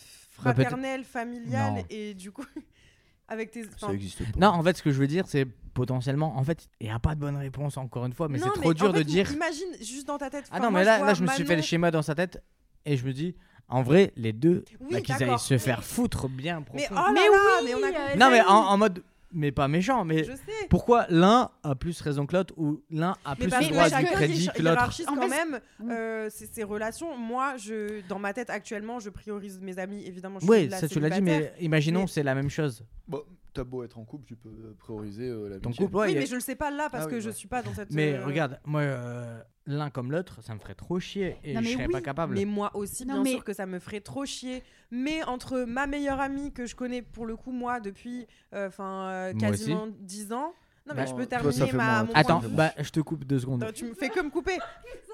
Bah, peut-être-
fraternelle, familiale
Non.
et du coup, avec tes,
Ça
enfin,
existe pas.
Non, en fait, ce que je veux dire, c'est potentiellement, en fait, il n'y a pas de bonne réponse encore une fois, mais c'est
Non,
trop
mais
dur
en fait,
de dire.
Imagine juste dans ta tête.
Ah
enfin,
non,
moi,
mais là,
vois
là, je me suis fait le
Manon-
schéma dans sa tête et je me dis, en vrai, les deux,
Oui,
bah, qu'ils aillent
d'accord.
se faire foutre bien profond.
Mais oh là
Mais
là,
oui,
mais on a.
euh,
non, mais en,
Samy.
en mode, mais pas méchant, mais
Je sais.
pourquoi l'un a plus raison que l'autre ou l'un a
Mais
plus
parce
le
que
droit
chacun
du
hiér-
crédit que l'autre
hiérarchise
En
quand
fait,
même
Mm.
euh, ces ces relations. Moi, je, dans ma tête actuellement, je priorise mes amis. Évidemment, je suis
Oui,
la
ça tu l'as dit,
célibataire.
mais imaginons,
Mais-
c'est la même chose.
Bon, t'as beau être en couple, tu peux euh, prioriser euh, la
Ton couple, ouais,
oui,
il y a-
mais je le sais pas là parce
Ah
que
oui,
je
ouais.
suis pas dans cette.
Mais
euh,
regarde, moi, euh, l'un comme l'autre, ça me ferait trop chier et
Non,
je
mais
serais
oui,
pas capable.
Mais moi aussi,
Non,
bien
mais-
sûr que ça me ferait trop chier. Mais entre ma meilleure amie que je connais pour le coup moi depuis, euh, enfin
Moi aussi.
quasiment 10 ans. Non mais
Non,
je peux
toi, ça
terminer
fait
ma.
moins.
mon point
Attends,
de vue.
bah, je te coupe deux secondes.
Attends, tu me fais que me couper.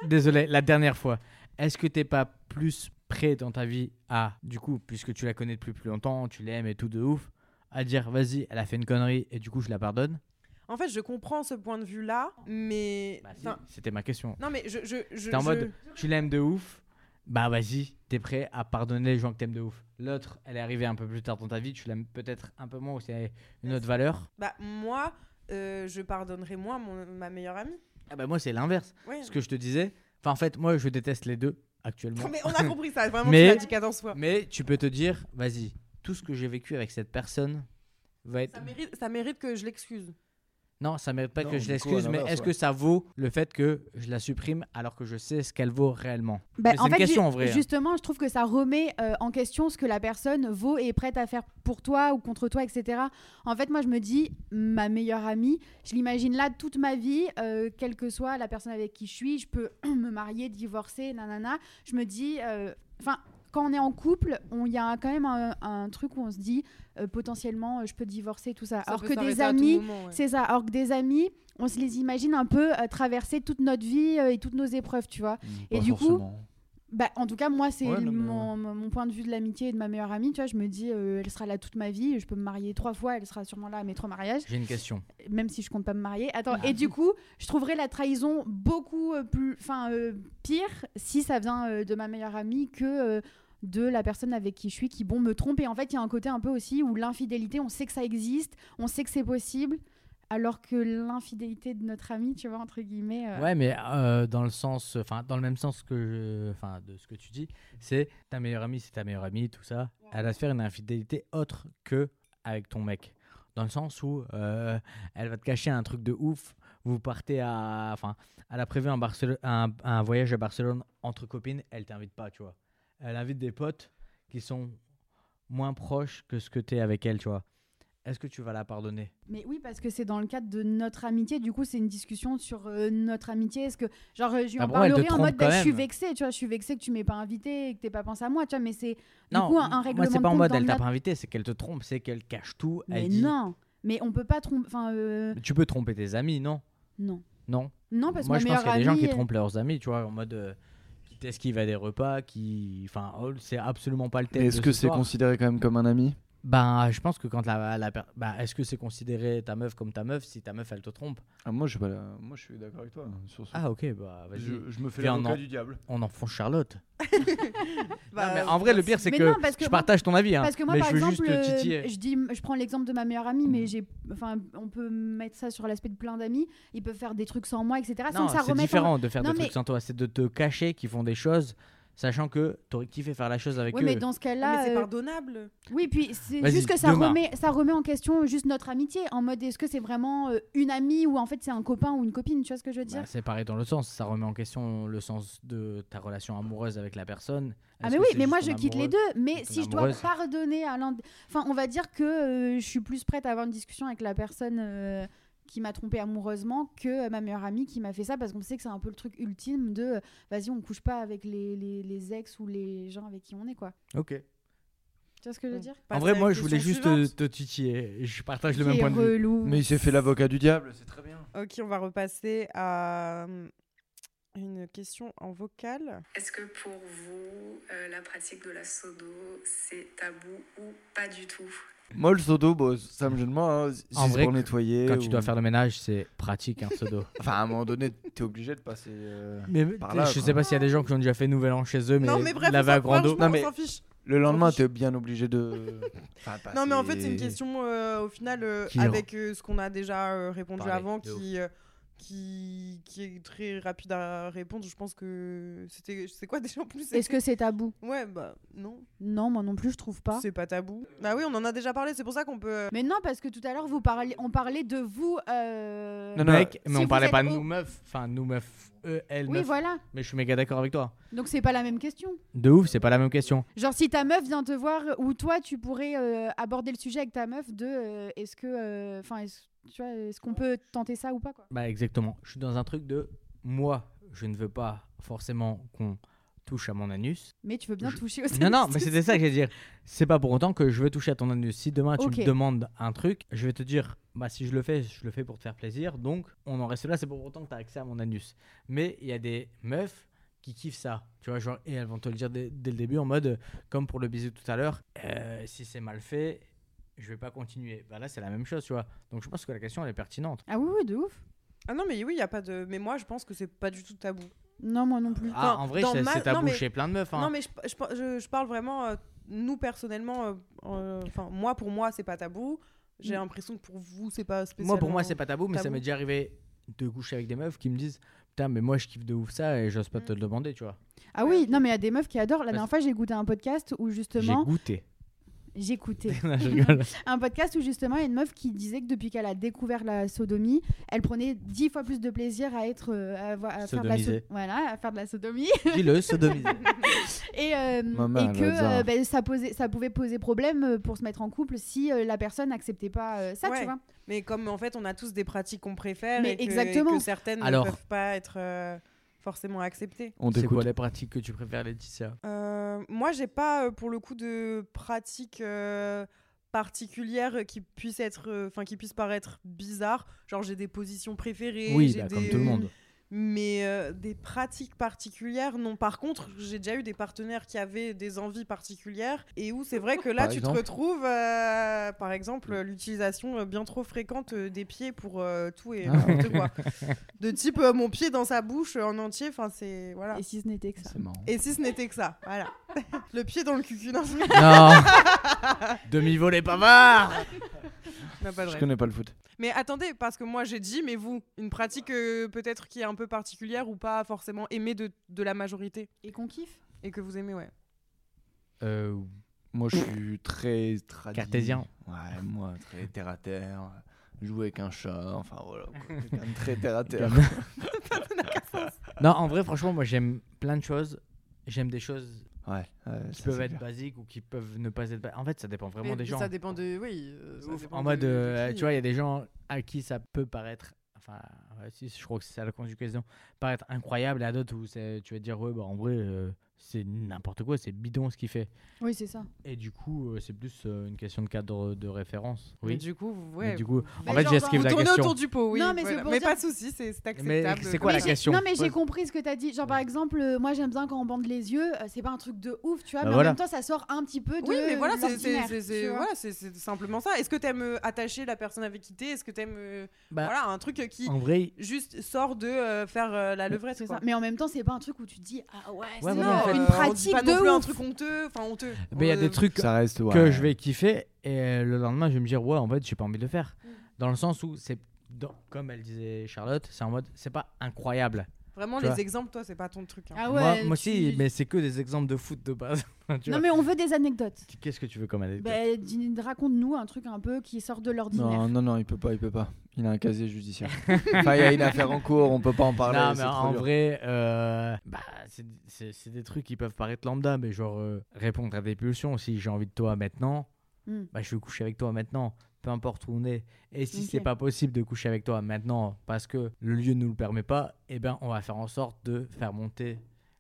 Désolé, la dernière fois. Est-ce que t'es pas plus prêt dans ta vie à, du coup, puisque tu la connais depuis plus longtemps, tu l'aimes et tout de ouf, à dire vas-y, elle a fait une connerie et du coup je la pardonne
En fait, je comprends ce point de vue là, mais.
Bah, si,
enfin,
C'était ma question.
Non mais je. je, je-
T'es en
je-
mode, tu l'aimes de ouf, bah vas-y, t'es prêt à pardonner les gens que t'aimes de ouf. L'autre, elle est arrivée un peu plus tard dans ta vie, tu l'aimes peut-être un peu moins ou c'est une autre valeur.
Bah, moi, euh, je pardonnerai moins mon- ma meilleure amie.
Ah bah moi c'est l'inverse.
Ouais.
Ce que je te disais, enfin en fait, moi je déteste les deux actuellement.
Non, mais on a compris ça, vraiment,
Mais-
tu l'as dit 14 fois.
Mais tu peux te dire, vas-y, tout ce que j'ai vécu avec cette personne va être
Ça mérite, ça mérite que je l'excuse.
Non, ça mérite pas
Non,
que
du
je
coup, à
l'excuse, mais
l'inverse,
est-ce
ouais.
que ça vaut le fait que je la supprime alors que je sais ce qu'elle vaut réellement Mais
Bah,
c'est
en
une
fait,
question,
ju-
en vrai, hein.
Justement, je trouve que ça remet euh, en question ce que la personne vaut et est prête à faire pour toi ou contre toi, etc. En fait, moi, je me dis, ma meilleure amie, je l'imagine là toute ma vie, euh, quelle que soit la personne avec qui je suis, je peux me marier, divorcer, nanana. Je me dis, euh, enfin. quand on est en couple, on- il y a quand même un, un truc où on se dit euh, potentiellement euh, je peux divorcer tout ça.
Ça
Alors
peut
que des
s'arrêter à tout
amis,
moment, ouais.
c'est ça. Alors que des amis, on se les imagine un peu euh, traverser toute notre vie euh, et toutes nos épreuves, tu
Mm,
vois. Et du coup, Bah, en tout cas, moi, c'est
Ouais, non, mais
mon, mon- mon point de vue de l'amitié et de ma meilleure amie. Tu vois, je me dis, euh, elle sera là toute ma vie. Je peux me marier trois fois. Elle sera sûrement là à mes trois mariages,
J'ai une question.
même si je compte pas me marier. Attends, et du coup, je trouverais la trahison beaucoup euh, plus, enfin, euh, pire si ça vient euh, de ma meilleure amie que euh, de la personne avec qui je suis, qui bon me trompe. Et en fait, il y a un côté un peu aussi où l'infidélité, on sait que ça existe, on sait que c'est possible, alors que l'infidélité de notre amie, tu vois, entre guillemets. euh,
Ouais, mais euh, dans le sens, enfin dans le même sens que, je- enfin de ce que tu dis, c'est ta meilleure amie, c'est ta meilleure amie, tout ça. Elle va te faire une infidélité autre que avec ton mec, dans le sens où euh, elle va te cacher un truc de ouf. Vous partez à, enfin, elle a prévu un, Barcelo- un, un voyage à Barcelone entre copines, elle t'invite pas, tu vois. Elle invite des potes qui sont moins proches que ce que t'es avec elle, tu vois. est-ce que tu vas la pardonner
Mais oui, parce que c'est dans le cadre de notre amitié. Du coup, c'est une discussion sur euh, notre amitié. Est-ce que, genre, euh, je lui
Bah
en
pour moi, elle te
parlerai en
trompe
mode,
quand
bah, je suis
même.
vexée, tu vois, je suis vexée que tu m'aies pas invité et que t'aies pas pensé à moi, tu vois. Mais c'est du
Non,
coup un, un
moi
règlement
c'est
de
pas en
compte
mode
dans
elle
le
t'a
nat-
pas invité, c'est qu'elle te trompe, c'est qu'elle cache tout.
Mais
elle dit-
non, mais on peut pas tromper. Enfin, euh,
Tu peux tromper tes amis, non
non,
Non.
non, parce que
moi
ma
je pense
meilleure
qu'il y a des gens
amie,
qui
euh,
trompent leurs amis, tu vois, en mode euh, qui t'esquivent à des repas, qui, enfin, oh, c'est absolument pas le thème.
Mais est-ce
de
que
ce
c'est
soir.
considéré quand même comme un ami
Bah, je pense que quand la, la per- bah, est-ce que c'est considéré ta meuf comme ta meuf si ta meuf elle te trompe
Ah, moi, je suis pas là- moi, je suis d'accord avec toi hein, sur ce.
Ah ok, bah vas-y,
je, je me fais
Viens,
l'avocat
non.
du diable.
on enfonce Charlotte.
Bah,
Non, mais en vrai le pire c'est
euh, Mais
que,
non, parce que
je
moi-
partage ton avis, hein,
Parce que moi,
mais
par
je veux
exemple,
juste
euh,
te titiller. Mm.
je, dis, je prends l'exemple de ma meilleure amie, mais j'ai, enfin, on peut mettre ça sur l'aspect de plein d'amis. Ils peuvent faire des trucs sans moi, etc. sans
non,
que Ah, ça
c'est
remette. en-
différent de faire
Non,
des
mais-
trucs sans toi, c'est de te cacher qu'ils font des choses, sachant que t'aurais kiffé faire la chose avec
Oui,
eux.
mais dans ce
mais
cas-là,
c'est
euh,
pardonnable.
oui, puis c'est
Vas-y,
juste que ça
Demain.
remet, ça remet en question juste notre amitié, en mode est-ce que c'est vraiment euh, une amie ou en fait c'est un copain ou une copine, tu vois ce que je veux
Bah,
dire
c'est pareil dans le sens, ça remet en question le sens de ta relation amoureuse avec la personne.
Ah
Est-ce
mais
que
oui,
c'est
mais moi
juste
je
ton
quitte les
amoureux
deux. Mais
ton
si je dois
amoureuse.
pardonner à l'un, d- enfin on va dire que euh, je suis plus prête à avoir une discussion avec la personne euh, qui m'a trompée amoureusement que euh, ma meilleure amie qui m'a fait ça parce qu'on sait que c'est un peu le truc ultime de euh, vas-y on couche pas avec les, les, les ex ou les gens avec qui on est quoi.
Ok.
Tu vois ce que je veux
Mm.
dire
En vrai, moi, je voulais juste te,
suivante.
te titiller. Je partage le
Qui
même
est
point de vue.
relou.
Mais il s'est fait l'avocat du diable, c'est très bien.
euh,
Ok, on va repasser à euh, une question en vocale.
Est-ce que pour vous, euh, la pratique de la sodo, c'est tabou ou pas du tout
Moi, le sodo, bah, ça me gêne moins. hein, si
En
c'est
vrai,
pour nettoyer.
Quand tu
ou-
dois faire le ménage, c'est pratique un pseudo.
Enfin, à un moment donné, t'es obligé de passer. euh,
mais
Par là,
je
quoi.
sais pas s'il y a des gens qui ont déjà fait Nouvel An chez eux, mais,
non, mais bref, on
laver à
s'en-
grande eau.
franchement,
Non, mais-
on s'en fiche.
Le lendemain,
fiche.
t'es bien obligé de. Enfin, passer-
Non, mais en fait, c'est une question euh, au final euh,
Qui-
avec euh, ce qu'on a déjà euh, répondu
Parlé,
avant
de ouf.
qui, euh, qui, qui est très rapide à répondre. Je pense que c'était. C'est quoi déjà en plus
Est-ce que c'est tabou
Ouais, bah non,
Non, moi non plus je trouve pas.
c'est pas tabou. Bah oui, on en a déjà parlé, c'est pour ça qu'on peut. euh,
Mais non parce que tout à l'heure vous parlez, on parlait de vous. euh,
Non, non,
Mec,
Si
mais on
vous
parlait
êtes
pas de
au-
nous meufs. Enfin, nous meufs. Eux, elles
Oui
meufs.
voilà.
Mais je suis méga d'accord avec toi.
Donc c'est pas la même question.
De ouf, c'est pas la même question.
Genre si ta meuf vient te voir euh, ou toi tu pourrais euh, aborder le sujet avec ta meuf de euh, est-ce que enfin tu vois est-ce qu'on peut tenter ça ou pas quoi.
Bah, exactement. Je suis dans un truc de. Moi, je ne veux pas forcément qu'on touche à mon anus.
Mais tu veux bien
Je-
toucher aussi.
Non, non, mais c'était ça que j'allais dire. C'est pas pour autant que je veux toucher à ton anus. Si demain tu
Ok.
me demandes un truc, je vais te dire, bah si je le fais, je le fais pour te faire plaisir. Donc on en reste là. C'est pour autant que t'as accès à mon anus. Mais il y a des meufs qui kiffent ça, tu vois, genre et elles vont te le dire dès, dès le début en mode, euh, comme pour le bisou tout à l'heure, euh, si c'est mal fait, je vais pas continuer. Bah là c'est la même chose, tu vois. Donc je pense que la question elle est pertinente.
Ah oui oui de ouf.
Ah non, mais oui, il y a pas de. Mais moi, je pense que c'est pas du tout tabou.
Non moi non plus.
Ah, en vrai
dans
c'est
ma-
c'est tabou
non, mais-
chez plein de meufs. hein.
Non, mais je, je, je- je parle vraiment, euh, nous personnellement, euh, euh, enfin, moi pour moi, c'est pas tabou. J'ai
Mm.
l'impression que pour vous, c'est pas spécialement.
Moi, pour moi, c'est pas tabou, mais ça
tabou.
m'est déjà arrivé de coucher avec des meufs qui me disent Putain, mais moi, je kiffe de ouf ça et j'ose pas
Mm.
te le demander, tu vois.
Ah oui non mais il y a des meufs qui adorent. La dernière fois j'ai écouté un podcast où
J'ai
justement
goûté.
j'écoutais
Non, je rigole.
un podcast où justement il y a une meuf qui disait que depuis qu'elle a découvert la sodomie elle prenait dix fois plus de plaisir à être euh, à, avoir- à faire de la so-
Sodomisée.
voilà à faire de la sodomie
Dis-le, sodomisé.
et, euh,
Maman,
et que
le hasard.
euh, bah, ça, posait, ça pouvait poser problème euh, pour se mettre en couple si euh, la personne n'acceptait pas euh, ça,
Ouais.
tu vois.
Mais comme en fait, on a tous des pratiques qu'on préfère
Mais
et, que,
exactement.
et que certaines
Alors-
ne peuvent pas être euh, forcément acceptées.
On
C'est quoi
t'écoute.
les pratiques que tu préfères, Laetitia
Euh, moi, j'ai pas euh, pour le coup de pratiques euh, particulières qui puissent être, euh, enfin, qui puissent paraître bizarres. Genre, j'ai des positions préférées.
Oui,
j'ai
bah,
des-
comme tout le monde.
Mais euh, des pratiques particulières, non. Par contre, j'ai déjà eu des partenaires qui avaient des envies particulières et où c'est vrai que là,
Par
tu
exemple
te retrouves, euh, par exemple, euh, l'utilisation euh, bien trop fréquente euh, des pieds pour euh, tout et
Ah.
n'importe quoi. De type, euh, mon pied dans sa bouche euh, en entier, enfin, c'est. Voilà.
Et si ce n'était que ça.
C'est marrant.
Et si ce n'était que ça, voilà. Le pied dans le cul, non, c'est-
Non Demi-volée pavard
non, pas
Je
vrai.
connais pas le foot.
Mais attendez, parce que moi j'ai dit, mais vous, une pratique euh, peut-être qui est un peu particulière ou pas forcément aimée de, de la majorité
Et qu'on kiffe.
et que vous aimez, ouais.
Euh,
Moi, je suis très tradi.
Cartésien.
Ouais, moi, très terre à terre. Jouer avec un chat, enfin voilà. quoi. Quelqu'un de très terre à terre.
Comme- Non, en vrai, franchement, moi, j'aime plein de choses. J'aime des choses
Ouais, ouais,
qui
Bah, ça,
peuvent
c'est
être
clair.
basiques ou qui peuvent ne pas être. ba- En fait, ça dépend vraiment
Mais
des gens. hein.
Ça dépend de. Oui. euh, ça
Ouf,
dépend
en mode,
de- de
euh,
qui.
tu vois, il y a des gens à qui ça peut paraître, enfin, ouais, si, je crois que c'est ça la conjugaison, paraître incroyable, et à d'autres où c'est- tu vas te dire, ouais, bah en vrai, euh, c'est n'importe quoi, c'est bidon ce qu'il fait.
Oui, c'est ça.
Et du coup, euh, c'est plus euh, une question de cadre de référence.
Mais
Oui.
du coup, vous- ouais,
du coup,
vous-
en
Mais
fait,
genre,
j'esquive
vous
la
tournez
question.
autour du pot, oui.
Non, mais c'est
voilà.
pour
Mais
dire-
pas de souci, c'est c'est
Mais
acceptable.
c'est quoi
Mais
la
j'ai-
Oui.
question
Non, mais j'ai
Ouais.
compris ce que t'as dit. Genre, par exemple, euh, moi j'aime bien quand on bande les yeux, euh, c'est pas un truc de ouf, tu vois,
Bah
mais
voilà.
en même temps, ça sort un petit peu de.
Oui, mais voilà, c'est-
l'ordinaire,
c'est- c'est- c'est
tu vois.
voilà, c'est- c'est simplement ça. Est-ce que t'aimes euh, attacher la personne avec qui t'es Est-ce que t'aimes euh,
Bah,
voilà un truc qui
En vrai,
juste sort de euh, faire euh, la levrette
C'est
quoi.
ça. Mais en même temps, c'est pas un truc où tu te dis, ah ouais, c'est
voilà,
euh,
en fait.
une
on dit
pratique
pas
de
non plus un
ouf.
truc honteux, enfin honteux.
mais il y a
Euh,
des trucs
Ça reste. ouais.
que je vais kiffer et euh, le lendemain je vais me dire ouais en fait j'ai pas envie de le faire dans le sens où c'est dans- comme elle disait Charlotte c'est en mode c'est pas incroyable
Vraiment
tu
les
vois.
exemples, toi, c'est pas ton truc. hein.
Ah
moi,
ouais,
moi aussi
tu-
mais c'est que des exemples de foot de base tu
Non,
vois.
mais on veut des anecdotes.
qu'est-ce que tu veux comme anecdote
Bah, dis- raconte-nous un truc un peu qui sort de
Non,
l'ordinaire.
non, non, il peut pas, il peut pas. Il a un casier judiciaire. enfin, il y a une affaire en cours, on peut pas en parler.
non,
c'est
mais
trop
en
dur.
vrai, euh, bah, c'est- c'est c'est des trucs qui peuvent paraître lambda, mais genre euh, répondre à des pulsions. Si j'ai envie de toi maintenant,
Mm.
bah, je vais coucher avec toi maintenant, peu importe où on est. Et si c'est
Ok.
pas possible de coucher avec toi maintenant parce que le lieu ne nous le permet pas, eh ben, on va faire en sorte de faire monter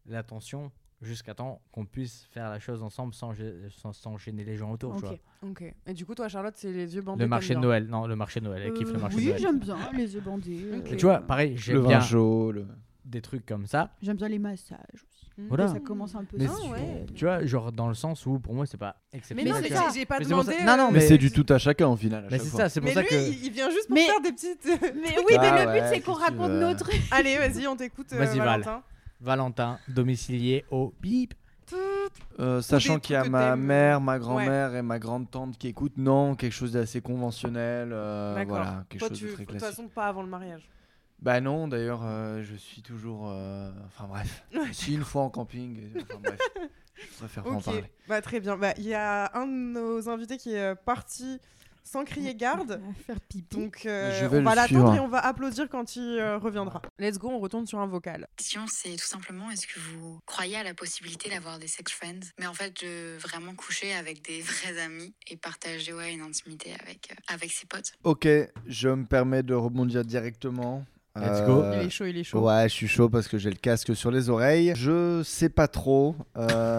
la tension jusqu'à temps qu'on puisse faire la chose ensemble sans, gê- sans, sans gêner les gens autour. tu
Ok.
vois.
Ok. Et du coup, toi, Charlotte, c'est les yeux bandés.
Le
comme
marché de
bien.
Noël, non, le marché de Noël, elle kiffe le
Euh,
marché
oui,
de Noël.
j'aime bien les yeux bandés. euh,
Ok.
Et tu vois, pareil,
Le
j'aime
vin
bien Ah,
chaud, le.
des trucs comme ça.
J'aime bien les massages aussi.
Mm.
Voilà.
Ça commence un peu.
Mais
sur-
Ah ouais.
Tu vois, genre dans le sens où pour moi c'est pas
Mais
exceptionnel.
non, mais
tu
c'est
vois.
ça.
j'ai- j'ai pas
Mais c'est pour ça-
demandé.
non, non,
euh,
Mais
Mais-
c'est du tout à chacun au final. à
Mais
chaque
c'est
fois.
ça, c'est pour
Mais
ça
lui,
que.
il- il vient juste pour
Mais-
faire des petites. euh,
Mais oui, mais
Ah
le but
ouais,
c'est qu'on
qu'est-ce que tu
raconte
veux
nos trucs.
Allez, vas-y, on t'écoute, euh,
Vas-y, Val.
Valentin.
Valentin, domicilié au bip.
Euh, sachant
des
qu'il y a
trucs que
ma
t'aimes.
mère, ma grand-mère et ma grande-tante qui écoutent, non, quelque chose d'assez conventionnel. euh,
D'accord.
voilà, quelque
Toi,
chose
tu,
de
de
très
toute
classique.
façon, pas avant le mariage.
Bah non, d'ailleurs, euh, je suis toujours. euh, Enfin bref, je suis une fois en camping. et- Enfin bref, je préfère pas en
Ok.
parler.
Bah très bien. Bah il y a un de nos invités qui est euh, parti sans crier garde.
Faire pipi.
Donc euh,
Je vais
on
le
va l'attendre
suivre.
et on va applaudir quand il euh, reviendra. Let's go, on retourne sur un vocal.
question, c'est tout simplement est-ce que vous croyez à la possibilité d'avoir des sex friends, mais en fait de vraiment coucher avec des vrais amis et partager ouais, une intimité avec, euh, avec ses potes
Ok, je me permets de rebondir directement.
Let's go.
Euh,
Il est chaud, il est chaud.
Ouais, je suis chaud parce que j'ai le casque sur les oreilles. Je sais pas trop. euh,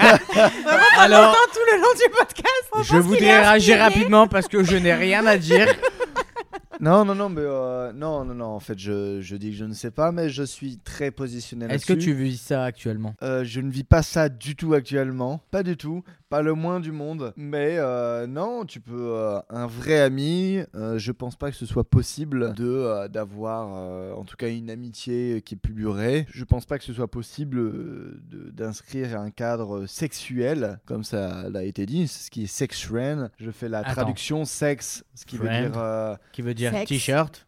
Alors,
Attends, tout le long du podcast. on
je
pense qu'il
voudrais
est-
réagir rapidement parce que je n'ai rien à dire.
non, non, non, mais euh, non, non, non. En fait, je, je dis que je ne sais pas, mais je suis très positionné
Est-ce
là-dessus.
que tu vis ça actuellement
Euh, je ne vis pas ça du tout actuellement, pas du tout, pas le moins du monde. Mais euh, non, tu peux euh, un vrai ami. euh, je pense pas que ce soit possible de euh, d'avoir, euh, en tout cas, une amitié qui pullurait. Je pense pas que ce soit possible euh, de- d'inscrire un cadre euh, sexuel, comme ça l'a été dit, ce qui est sex friend. Je fais la
Attends.
traduction sexe, ce qui
Friend.
veut dire euh,
Qui veut dire
Sexe.
t-shirt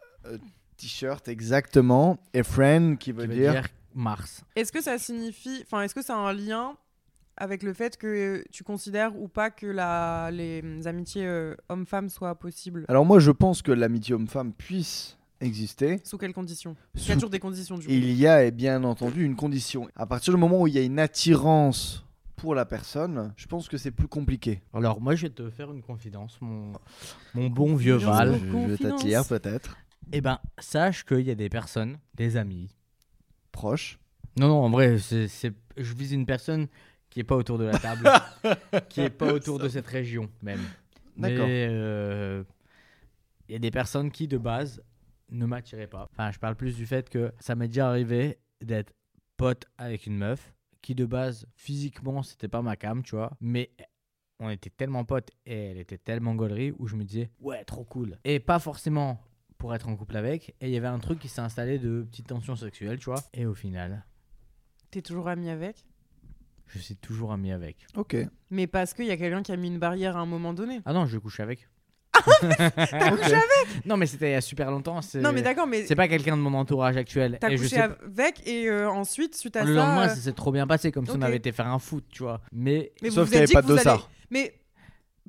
t-shirt exactement, et friend qui
Qui
veut,
veut
dire,
dire Mars
Est-ce que ça signifie, enfin, est-ce que ça a un lien avec le fait que tu considères ou pas que la, les amitiés euh, hommes-femmes soient possibles
Alors moi, je pense que l'amitié homme-femme puisse exister.
Sous quelles conditions Il y
sous-
a toujours des conditions du coup.
Il y a eh bien entendu une condition. À partir du moment où il y a une attirance pour la personne, je pense que c'est plus compliqué.
Alors, moi, je vais te faire une confidence, mon, mon bon vieux
Confidence.
Je,
Val.
Confidence.
je t'attire peut-être.
Eh ben, sache qu'il y a des personnes, des amis.
Proche.
Non, non, en vrai, c'est, c'est- je vise une personne qui est pas autour de la table, qui est pas autour de cette région, même.
D'accord.
Mais, euh, Il y a des personnes qui, de base, ne m'attiraient pas. Enfin, je parle plus du fait que ça m'est déjà arrivé d'être pote avec une meuf qui, de base, physiquement, c'était pas ma cam, tu vois. Mais on était tellement potes et elle était tellement gaulerie où je me disais, ouais, trop cool. Et pas forcément pour être en couple avec. Et il y avait un truc qui s'est installé de petite tension sexuelle, tu vois. Et au final,
T'es toujours ami avec
je suis toujours ami avec.
Oh.
Ok.
Mais parce qu'il y a quelqu'un qui a mis une barrière à un moment donné.
Ah non, je couche avec.
Ah T'as couché avec
Non, mais c'était il y a super longtemps. C'est...
Non mais d'accord, mais
C'est pas quelqu'un de mon entourage actuel.
t'as
et je
couché
sais
avec et euh, ensuite suite à
Le
ça.
lendemain,
euh,
ça s'est trop bien passé, comme si
ok.
on avait été faire un foot, tu vois. Mais.
Mais vous
Sauf
vous
qu'il y
êtes
avait
dit
pas
que
de
vous allez-
dossard.
Mais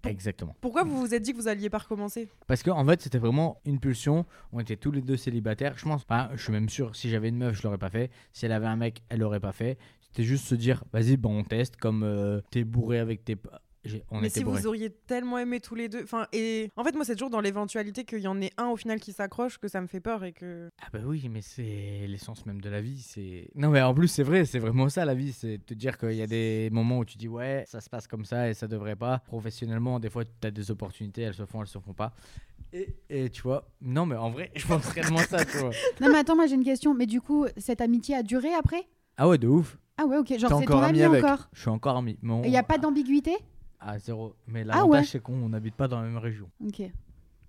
Exactement.
pourquoi vous vous êtes dit que vous alliez pas recommencer
Parce qu'en en fait, c'était vraiment une pulsion. On était tous les deux célibataires. Je pense pas, je suis même sûr, si j'avais une meuf, je l'aurais pas fait. Si elle avait un mec, elle l'aurait pas fait. C'était juste se dire, vas-y, bon, on teste, comme euh, t'es bourré avec tes. p- j'ai- On
Mais
était
si
bourrés.
vous auriez tellement aimé tous les deux. Enfin, et en fait, moi, c'est toujours dans l'éventualité qu'il y en ait un au final qui s'accroche que ça me fait peur et que.
Ah bah oui, mais c'est l'essence même de la vie, c'est... Non mais en plus c'est vrai, c'est vraiment ça la vie, c'est te dire qu'il y a des moments où tu dis ouais, ça se passe comme ça et ça devrait pas. Professionnellement, des fois tu as des opportunités, elles se font, elles se font pas. Et, et tu vois, non mais en vrai, je pense réellement ça, tu vois.
Non, mais attends, moi j'ai une question. Mais du coup, cette amitié a duré après
Ah ouais, de ouf,
Ah ouais, ok. Genre,
T'es
c'est ton
encore
ami
ami avec.
encore.
je suis encore ami. mais on-
Il n'y a pas d'ambiguïté
Ah zéro, mais
Ah
l'avantage
ouais.
c'est qu'on n'habite pas dans la même région.
Ok.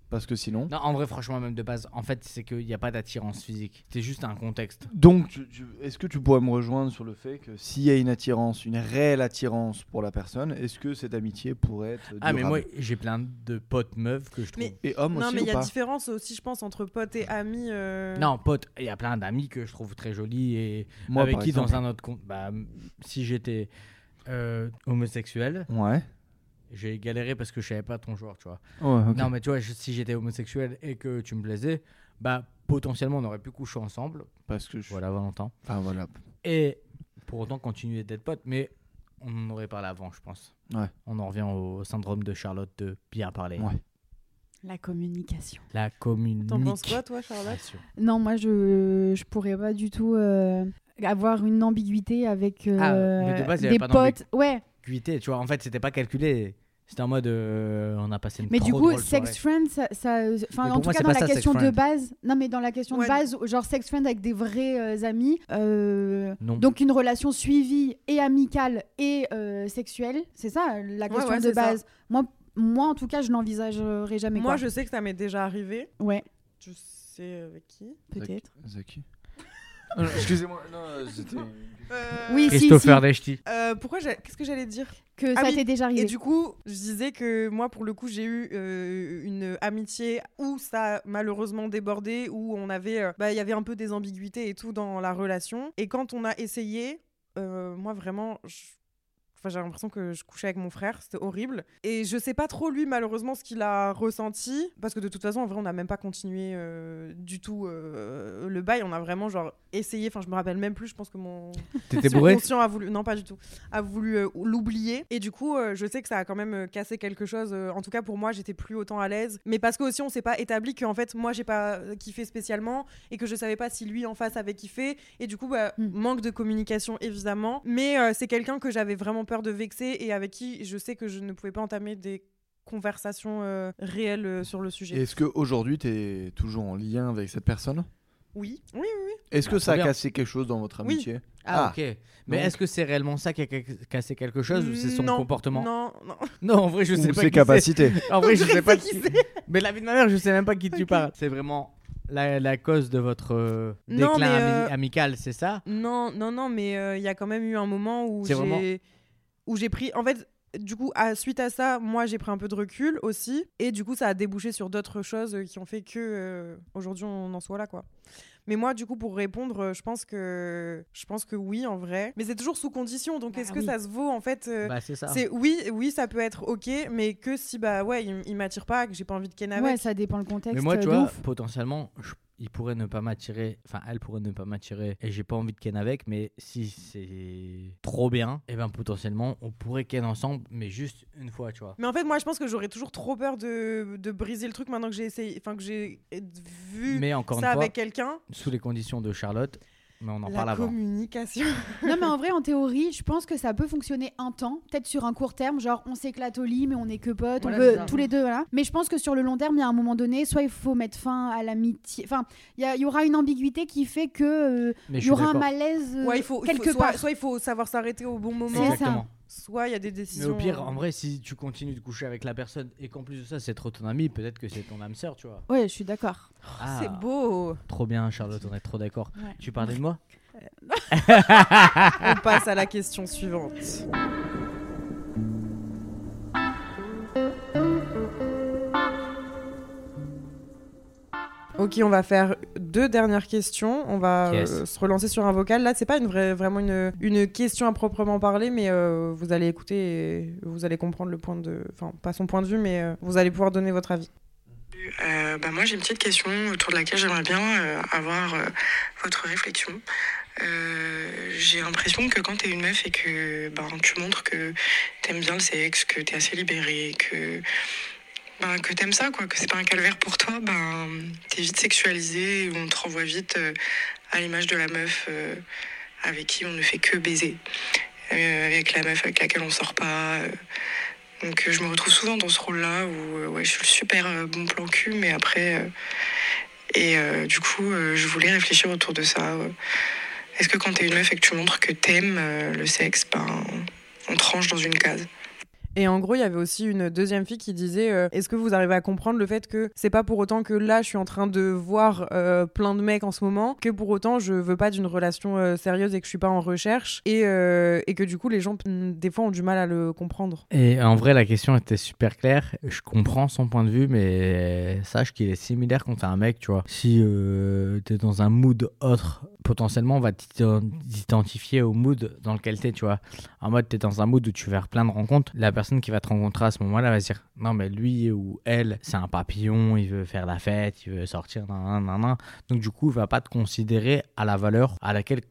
Parce que sinon.
Non, en vrai, franchement, même de base, en fait, c'est qu'il n'y a pas d'attirance physique, c'est juste un contexte.
Donc, tu- tu- est-ce que tu pourrais me rejoindre sur le fait que s'il y a une attirance, une réelle attirance pour la personne, est-ce que cette amitié pourrait être
Ah mais moi,
durable
j'ai plein de potes meufs que je trouve...
Mais-
et homme
non,
aussi
mais
ou
il y a
pas
différence aussi, je pense, entre potes et amis. euh,
Non, pote, il y a plein d'amis que je trouve très jolis et
Moi,
avec
par
qui dans
exemple.
un autre compte. Bah, m- si j'étais euh, homosexuel,
Ouais.
j'ai galéré parce que je savais pas ton genre, tu vois.
Ouais, ok.
Non, mais tu vois, je- si j'étais homosexuel et que tu me plaisais, bah potentiellement on aurait pu coucher ensemble.
Parce que je.
Voilà, Valentin.
Enfin, voilà.
Et pour autant continuer d'être pote, mais on en aurait parlé avant, je pense.
Ouais.
On en revient au syndrome de Charlotte de bien parler.
Ouais.
La communication.
La commune.
T'en penses quoi, toi, Charlotte
Non, moi je, je pourrais pas du tout euh, avoir une ambiguïté avec
Ah,
euh,
mais de base, il y avait
des
pas
potes. Ouais,
Tu vois, en fait, c'était pas calculé. C'était en mode, euh, on a passé une
mais du
trop
coup,
drôle soirée.
sex friend, ça. ça- Enfin,
Mais
en
pour
tout
moi,
cas,
c'est
dans
pas
la
ça, sex
question de
friend.
base. Non, mais dans la question
Ouais.
de base, genre sex friend avec des vrais euh, amis. euh,
Non.
Donc une relation suivie et amicale et euh, sexuelle, c'est ça la question
ouais,
de
c'est ça.
base. Moi, moi, en tout cas, je n'envisagerais jamais.
Moi,
quoi.
je sais que ça m'est déjà arrivé.
Ouais,
Tu sais avec qui
peut-être.
Zaki. Ah, non, Excusez-moi. Non, c'était.
Oui, si,
Christopher
si.
Deshti.
Euh, pourquoi j'ai- Qu'est-ce que j'allais dire
Que
Ah
ça
oui.
t'est déjà arrivé.
Et du coup, je disais que moi, pour le coup, j'ai eu euh, une amitié où ça a malheureusement débordé, où on avait, euh, bah, il y avait un peu des ambiguïtés et tout dans la relation. Et quand on a essayé, euh, moi vraiment, je- enfin, j'ai l'impression que je couchais avec mon frère, c'était horrible. Et je sais pas trop lui, malheureusement, ce qu'il a ressenti, parce que de toute façon, en vrai, on n'a même pas continué euh, du tout euh, le bail. On a vraiment genre essayé. Enfin, je me rappelle même plus. Je pense que mon
T'étais
mon
bourré
conscient a voulu, non pas du tout, a voulu euh, l'oublier. Et du coup, euh, je sais que ça a quand même euh, cassé quelque chose. euh, en tout cas, pour moi, j'étais plus autant à l'aise. Mais parce que aussi, on s'est pas établi que en fait, moi, j'ai pas euh, kiffé spécialement et que je savais pas si lui en face avait kiffé. Et du coup, bah,
Mm.
manque de communication évidemment. Mais euh, c'est quelqu'un que j'avais vraiment peur de vexer et avec qui je sais que je ne pouvais pas entamer des conversations euh, réelles euh, sur le sujet.
Est-ce qu'aujourd'hui, tu es toujours en lien avec cette personne
Oui, oui, oui.
Est-ce que
Bah,
ça a
trop bien.
cassé quelque chose dans votre
Oui.
amitié
Ah,
Ah,
ok. Mais
donc-
est-ce que c'est réellement ça qui a ca- cassé quelque chose ou c'est son
Non,
comportement
Non, non.
Non, en vrai, je sais
Ou
pas.
ses
qui
capacités
c'est. En vrai, je
Je
sais pas
sais
qui.
qui
Mais la vie de ma mère, je sais même pas qui tu
Ok.
parles. C'est vraiment la, la cause de votre euh,
Non,
déclin
mais,
ami-
euh,
amical, c'est ça
Non, non, non, mais euh, il y a quand même eu un moment où
C'est vraiment-
j'ai où j'ai pris. En fait, du coup, à, suite à ça, moi, j'ai pris un peu de recul aussi, et du coup, ça a débouché sur d'autres choses euh, qui ont fait que euh, aujourd'hui, on en soit là, quoi. Mais moi, du coup, pour répondre, euh, je pense que je pense que oui, en vrai. Mais c'est toujours sous condition. Donc,
Bah
est-ce que
oui.
ça se vaut, en fait euh,
Bah, c'est ça.
C'est oui, oui, ça peut être ok, mais que si bah ouais, il, il m'attire pas, que j'ai pas envie de ken avec.
Ouais, ça dépend le contexte.
Mais moi, tu
euh, de
vois,
ouf.
potentiellement, je- il pourrait ne pas m'attirer. Enfin, elle pourrait ne pas m'attirer. Et j'ai pas envie de ken avec. Mais si c'est trop bien, et ben potentiellement, on pourrait ken ensemble, mais juste une fois, tu vois.
Mais en fait, moi, je pense que j'aurais toujours trop peur de, de briser le truc maintenant que j'ai essayé, enfin que j'ai vu
Mais encore une
ça
fois,
avec quelqu'un.
sous les conditions de Charlotte, mais on en parle
La
avant.
communication.
Non, mais en vrai, en théorie, je pense que ça peut fonctionner un temps, peut-être sur un court terme, genre on s'éclate au lit, mais on est que potes,
Voilà,
on veut
c'est ça.
tous les deux, voilà. Mais je pense que sur le long terme, il y a un moment donné, soit il faut mettre fin à l'amitié, enfin, il y, a- il y aura une ambiguïté qui fait que euh,
Mais je
il y
suis
aura un
d'accord.
malaise euh,
Ouais, il faut, il faut-
quelque
soit,
part.
soit il faut savoir s'arrêter au bon moment,
C'est ça.
Exactement.
soit il y a des
Mais
décisions.
au pire, en vrai, si tu continues de coucher avec la personne et qu'en plus de ça, c'est trop ton ami, peut-être que c'est ton âme sœur, tu vois.
Ouais, je suis d'accord.
Ah,
C'est beau.
Trop bien, Charlotte, on est trop d'accord.
Oh, Ouais.
Tu parlais de moi
On passe à la question suivante. Ok, on va faire deux dernières questions. On va
Yes.
euh, se relancer sur un vocal. Là, c'est pas une vraie, vraiment une, une question à proprement parler, mais euh, vous allez écouter et vous allez comprendre le point de. Enfin, pas son point de vue, mais euh, vous allez pouvoir donner votre avis.
Euh, bah, moi, j'ai une petite question autour de laquelle j'aimerais bien euh, avoir euh, votre réflexion. Euh, j'ai l'impression que quand t'es une meuf et que ben, tu montres que t'aimes bien le sexe, que t'es assez libérée, que, ben, que t'aimes ça, quoi, que c'est pas un calvaire pour toi, ben, t'es vite sexualisée ou on te renvoie vite euh, à l'image de la meuf euh, avec qui on ne fait que baiser, Euh, avec la meuf avec laquelle on sort pas. euh. donc euh, je me retrouve souvent dans ce rôle-là où euh, ouais, je suis le super euh, bon plan cul, mais après. euh, et euh, du coup, euh, je voulais réfléchir autour de ça. ouais. Est-ce que quand t'es une meuf et que tu montres que t'aimes euh, le sexe, ben, on te range dans une case
Et en gros, il y avait aussi une deuxième fille qui disait euh, Est-ce que vous arrivez à comprendre le fait que c'est pas pour autant que là, je suis en train de voir euh, plein de mecs en ce moment, que pour autant, je veux pas d'une relation euh, sérieuse et que je suis pas en recherche, et, euh, et que du coup, les gens, mm, des fois, ont du mal à le comprendre.
Et en vrai, la question était super claire. Je comprends son point de vue, mais sache qu'il est similaire quand t'es un mec, tu vois. Si euh, t'es dans un mood autre, potentiellement, on va t'ident- t'identifier au mood dans lequel t'es, tu vois. En mode, t'es dans un mood où tu vas faire plein de rencontres. La personne qui va te rencontrer à ce moment-là va se dire Non, mais lui ou elle, c'est un papillon, il veut faire la fête, il veut sortir, nan, nan, nan, nan. Donc, du coup, il va pas te considérer à la valeur à laquelle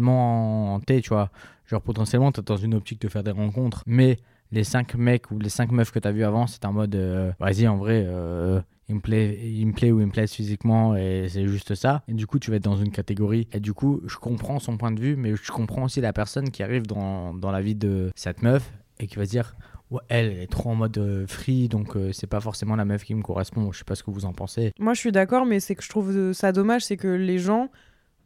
potentiellement t'es, tu vois. Genre, potentiellement, t'es dans une optique de faire des rencontres, mais les cinq mecs ou les cinq meufs que t'as vu avant, c'est en mode euh, vas-y, en vrai, euh, il, me plaît, il me plaît ou il me plaise physiquement et c'est juste ça. Et du coup, tu vas être dans une catégorie. Et du coup, je comprends son point de vue, mais je comprends aussi la personne qui arrive dans, dans la vie de cette meuf et qui va se dire. Ouais, elle, elle est trop en mode euh, free, donc euh, c'est pas forcément la meuf qui me correspond. Je sais pas ce que vous en pensez.
Moi, je suis d'accord, mais c'est que je trouve euh, ça dommage, c'est que les gens,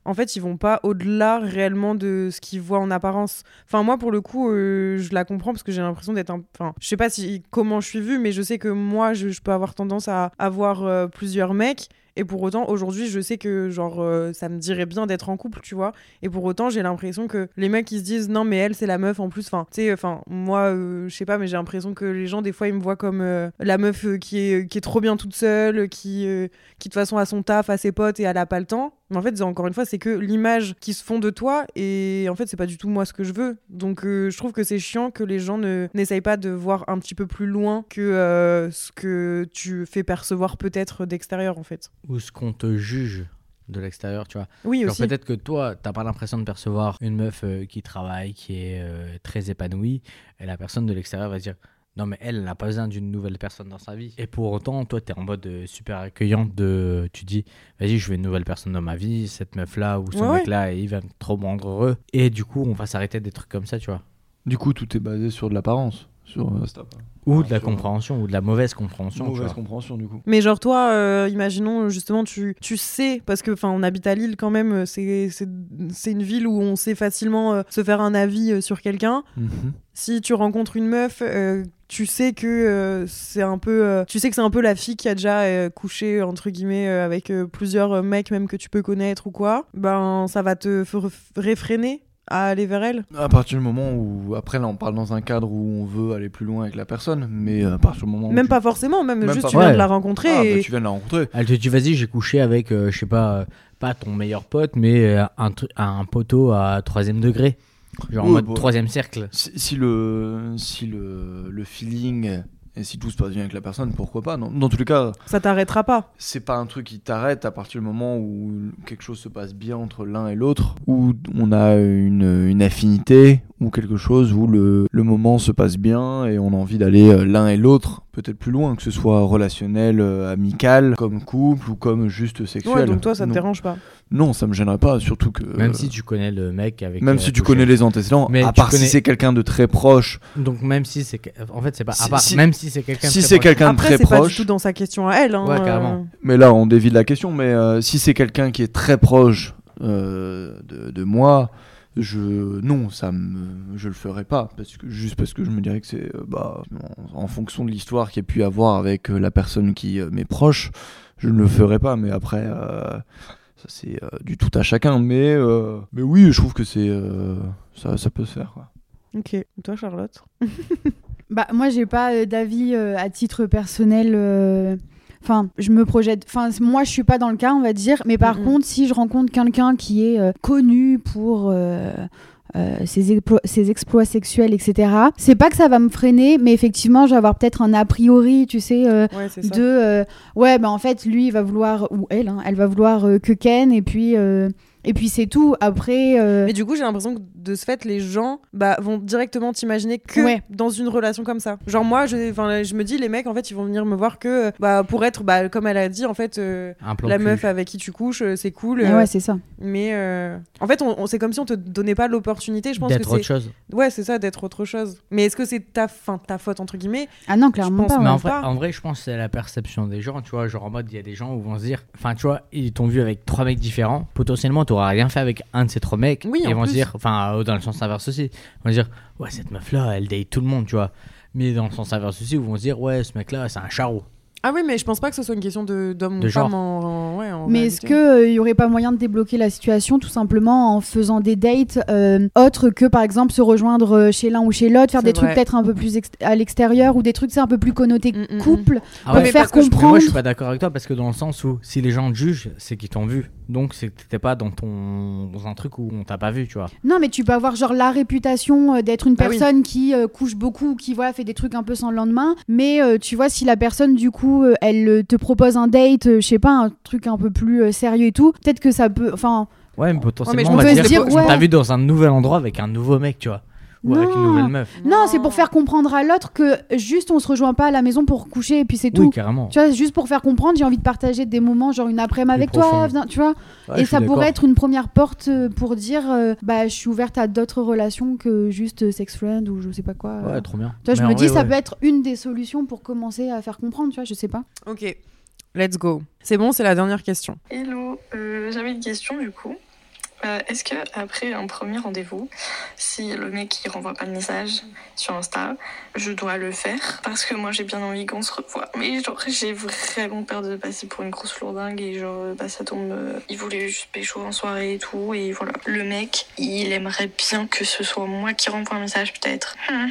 en fait, ils vont pas au-delà réellement de ce qu'ils voient en apparence. Enfin, moi, pour le coup, euh, je la comprends parce que j'ai l'impression d'être un. Enfin, je sais pas si comment je suis vue, mais je sais que moi, je, je peux avoir tendance à avoir euh, plusieurs mecs. Et pour autant, aujourd'hui, je sais que genre euh, ça me dirait bien d'être en couple, tu vois. Et pour autant, j'ai l'impression que les mecs ils se disent non mais elle c'est la meuf en plus. Enfin, tu sais, enfin moi euh, je sais pas, mais j'ai l'impression que les gens des fois ils me voient comme euh, la meuf euh, qui est qui est trop bien toute seule, qui euh, qui de toute façon a son taf, à ses potes et elle a pas le temps. Mais en fait, encore une fois, c'est que l'image qui se font de toi et en fait, c'est pas du tout moi ce que je veux. Donc euh, je trouve que c'est chiant que les gens ne n'essayent pas de voir un petit peu plus loin que euh, ce que tu fais percevoir peut-être d'extérieur en fait.
Ou ce qu'on te juge de l'extérieur, tu vois.
Oui
Genre,
aussi.
peut-être que toi, t'as pas l'impression de percevoir une meuf euh, qui travaille, qui est euh, très épanouie, et la personne de l'extérieur va se dire non mais elle, elle n'a pas besoin d'une nouvelle personne dans sa vie. Et pour autant, toi, t'es en mode euh, super accueillante de, tu dis vas-y, je veux une nouvelle personne dans ma vie, cette meuf là ou ce
Ouais, ouais.
mec là, et il va me- trop me rendre heureux. Et du coup, on va s'arrêter des trucs comme ça, tu vois.
Du coup, tout est basé sur de l'apparence. Sur euh, cette apparence.
Ou
Ah,
de la
sûrement.
compréhension, ou de la mauvaise compréhension. tu
mauvaise
vois.
compréhension du coup.
Mais genre toi, euh, imaginons justement, tu, tu sais, parce que enfin on habite à Lille quand même, euh, c'est c'est- c'est une ville où on sait facilement euh, se faire un avis euh, sur quelqu'un. Si tu rencontres une meuf, euh, tu sais que euh, c'est un peu, euh, tu sais que c'est un peu la fille qui a déjà euh, couché entre guillemets euh, avec euh, plusieurs euh, mecs même que tu peux connaître ou quoi. Ben ça va te f- réfréner à aller vers elle.
À partir du moment où, après là, on parle dans un cadre où on veut aller plus loin avec la personne, mais euh, à partir du moment où
Même
tu-
pas forcément, même,
Même
juste
pas-
tu viens
Ouais.
de la rencontrer.
Ah, bah,
et-
tu viens de la rencontrer.
Elle te dit vas-y, j'ai couché avec, euh, je sais pas, euh, pas ton meilleur pote, mais euh, un, tru- un poteau à troisième degré. Genre en
Ouais,
mode
bah.
troisième cercle.
Si, si le si le, le feeling et si tout se passe bien avec la personne, pourquoi pas non Dans tous les cas,
Ça t'arrêtera pas.
c'est pas un truc qui t'arrête à partir du moment où quelque chose se passe bien entre l'un et l'autre, où on a une, une affinité ou quelque chose où le, le moment se passe bien et on a envie d'aller euh, l'un et l'autre peut-être plus loin, que ce soit relationnel, euh, amical, comme couple ou comme juste sexuel.
Ouais, donc toi ça te
non.
dérange pas.
Non, ça me gênerait pas, surtout que.
Même
euh,
si tu connais le mec avec.
même
euh,
si tu
couché.
connais les antécédents,
Mais
à
tu
part si
connais-
c'est quelqu'un de très proche,
Donc même si c'est. que- En fait, c'est pas. À
Si-
part,
si-
même si c'est quelqu'un. de
si
très
c'est
proche.
quelqu'un de
Après,
très
c'est pas du
proche,
tout dans sa question à elle. Hein,
Ouais, carrément.
mais là on dévie de la question, mais euh, si c'est quelqu'un qui est très proche euh, de, de moi, je non, ça me, je le ferai pas, parce que juste parce que je me dirais que c'est euh, bah en, en fonction de l'histoire qu'il y a pu avoir avec euh, la personne qui euh, m'est proche, je ne le ferai pas, mais après. euh, ça, c'est euh, du tout à chacun, mais, euh, mais oui, je trouve que c'est euh, ça, ça peut se faire. quoi.
Ok. Et Toi, Charlotte
Bah, moi, j'ai pas euh, d'avis euh, à titre personnel. euh, Enfin, je me projette. Enfin, c- moi, je suis pas dans le cas, on va dire. Mais par
Mhm.
contre, si je rencontre quelqu'un qui est euh, connu pour euh, euh, ses, explo- ses exploits sexuels, etc., c'est pas que ça va me freiner, mais effectivement, je vais avoir peut-être un a priori, tu sais. euh,
Ouais, c'est
de euh, ouais bah en fait lui il va vouloir ou elle hein, elle va vouloir euh, que Ken et puis euh, Et puis c'est tout. Après, euh,
Mais du coup, j'ai l'impression que de ce fait, les gens bah, vont directement t'imaginer que
Ouais.
dans une relation comme ça. Genre, moi, je, 'fin, je me dis, les mecs, en fait, ils vont venir me voir que euh, bah, pour être, bah, comme elle a dit, en fait, euh,
Un plan
la
cul.
meuf avec qui tu couches, euh, c'est cool.
ah
euh,
ouais, c'est ça.
mais euh, en fait, on, on- c'est comme si on te donnait pas l'opportunité. Je pense que
d'être autre
c'est.
chose.
Ouais, c'est ça, d'être autre chose. Mais est-ce que c'est ta, fin, ta faute, entre guillemets
Ah non, clairement
pense
pas.
Ah,
mais
ouais.
en
ouais.
vrai,
pas.
en vrai, je pense que c'est la perception des gens, tu vois. Genre en mode, il y a des gens où vont se dire, enfin, tu vois, ils t'ont vu avec trois mecs différents. Potentiellement, tu n'auras rien fait avec un de ces trois mecs.
Oui,
et
en
vont se
plus.
dire, enfin, euh, dans le sens inverse aussi, ils vont se dire, ouais, cette meuf-là, elle date tout le monde, tu vois. Mais dans le sens inverse aussi, ils vont se dire, ouais, ce mec-là, c'est un charreau.
Ah oui, mais je pense pas que ce soit une question de- d'homme
De
ou
genre.
femme en, en- ouais, en
Mais est-ce
réalité.
qu'il n'y aurait pas moyen de débloquer la situation tout simplement en faisant des dates euh, autres que par exemple se rejoindre euh, chez l'un ou chez l'autre, faire
C'est
des trucs
vrai.
peut-être un peu plus ext- à l'extérieur ou des trucs c'est un peu plus connotés
Mm, mm, mm.
couple
Ah
pour
ouais, mais
faire
parce que je- mais
Mais moi, je suis
comprendre.
pas d'accord avec toi parce que dans le sens où si les gens te jugent, c'est qu'ils t'ont vu. Donc, c'est que t'étais pas dans ton dans un truc où on t'a pas vu, tu vois.
Non, mais tu peux avoir genre la réputation euh, d'être une
Bah oui.
personne qui euh, couche beaucoup, qui voilà fait des trucs un peu sans le lendemain. Mais euh, tu vois, si la personne du coup, euh, elle euh, te propose un date, euh, je sais pas, un truc un peu plus euh, sérieux et tout, peut-être que ça peut, enfin,
Ouais, mais
mais
potentiellement,
je
on
me
va
fais dire,
dire, on t'a
ouais.
vu dans un nouvel endroit avec un nouveau mec, tu vois. Ou avec une
Non.
nouvelle meuf.
non, c'est pour faire comprendre à l'autre que juste on se rejoint pas à la maison pour coucher et puis c'est
Oui,
tout.
carrément.
Tu vois, juste pour faire comprendre, j'ai envie de partager des moments, genre une après-midi avec toi,
profond.
viens- tu vois.
Ouais, je
et
suis
ça pourrait
d'accord.
être une première porte euh, pour dire, euh, bah, je suis ouverte à d'autres relations que juste euh, sex friend ou je sais pas quoi. euh.
Ouais, trop bien.
Tu vois, je
Mais
me
en
dis,
vrai,
ça
ouais.
peut être une des solutions pour commencer à faire comprendre, tu vois, je sais pas.
Ok, let's go. C'est bon, c'est la dernière question.
Hello, euh, j'avais une question du coup. Euh, Est-ce que après un premier rendez-vous, si le mec il renvoie pas de message sur Insta, je dois le faire parce que moi j'ai bien envie qu'on se revoie. Mais genre j'ai vraiment peur de passer pour une grosse lourdingue et genre euh, bah ça tombe. euh, il voulait juste pécho en soirée et tout et voilà. Le mec il aimerait bien que ce soit moi qui renvoie un message peut-être. Hmm,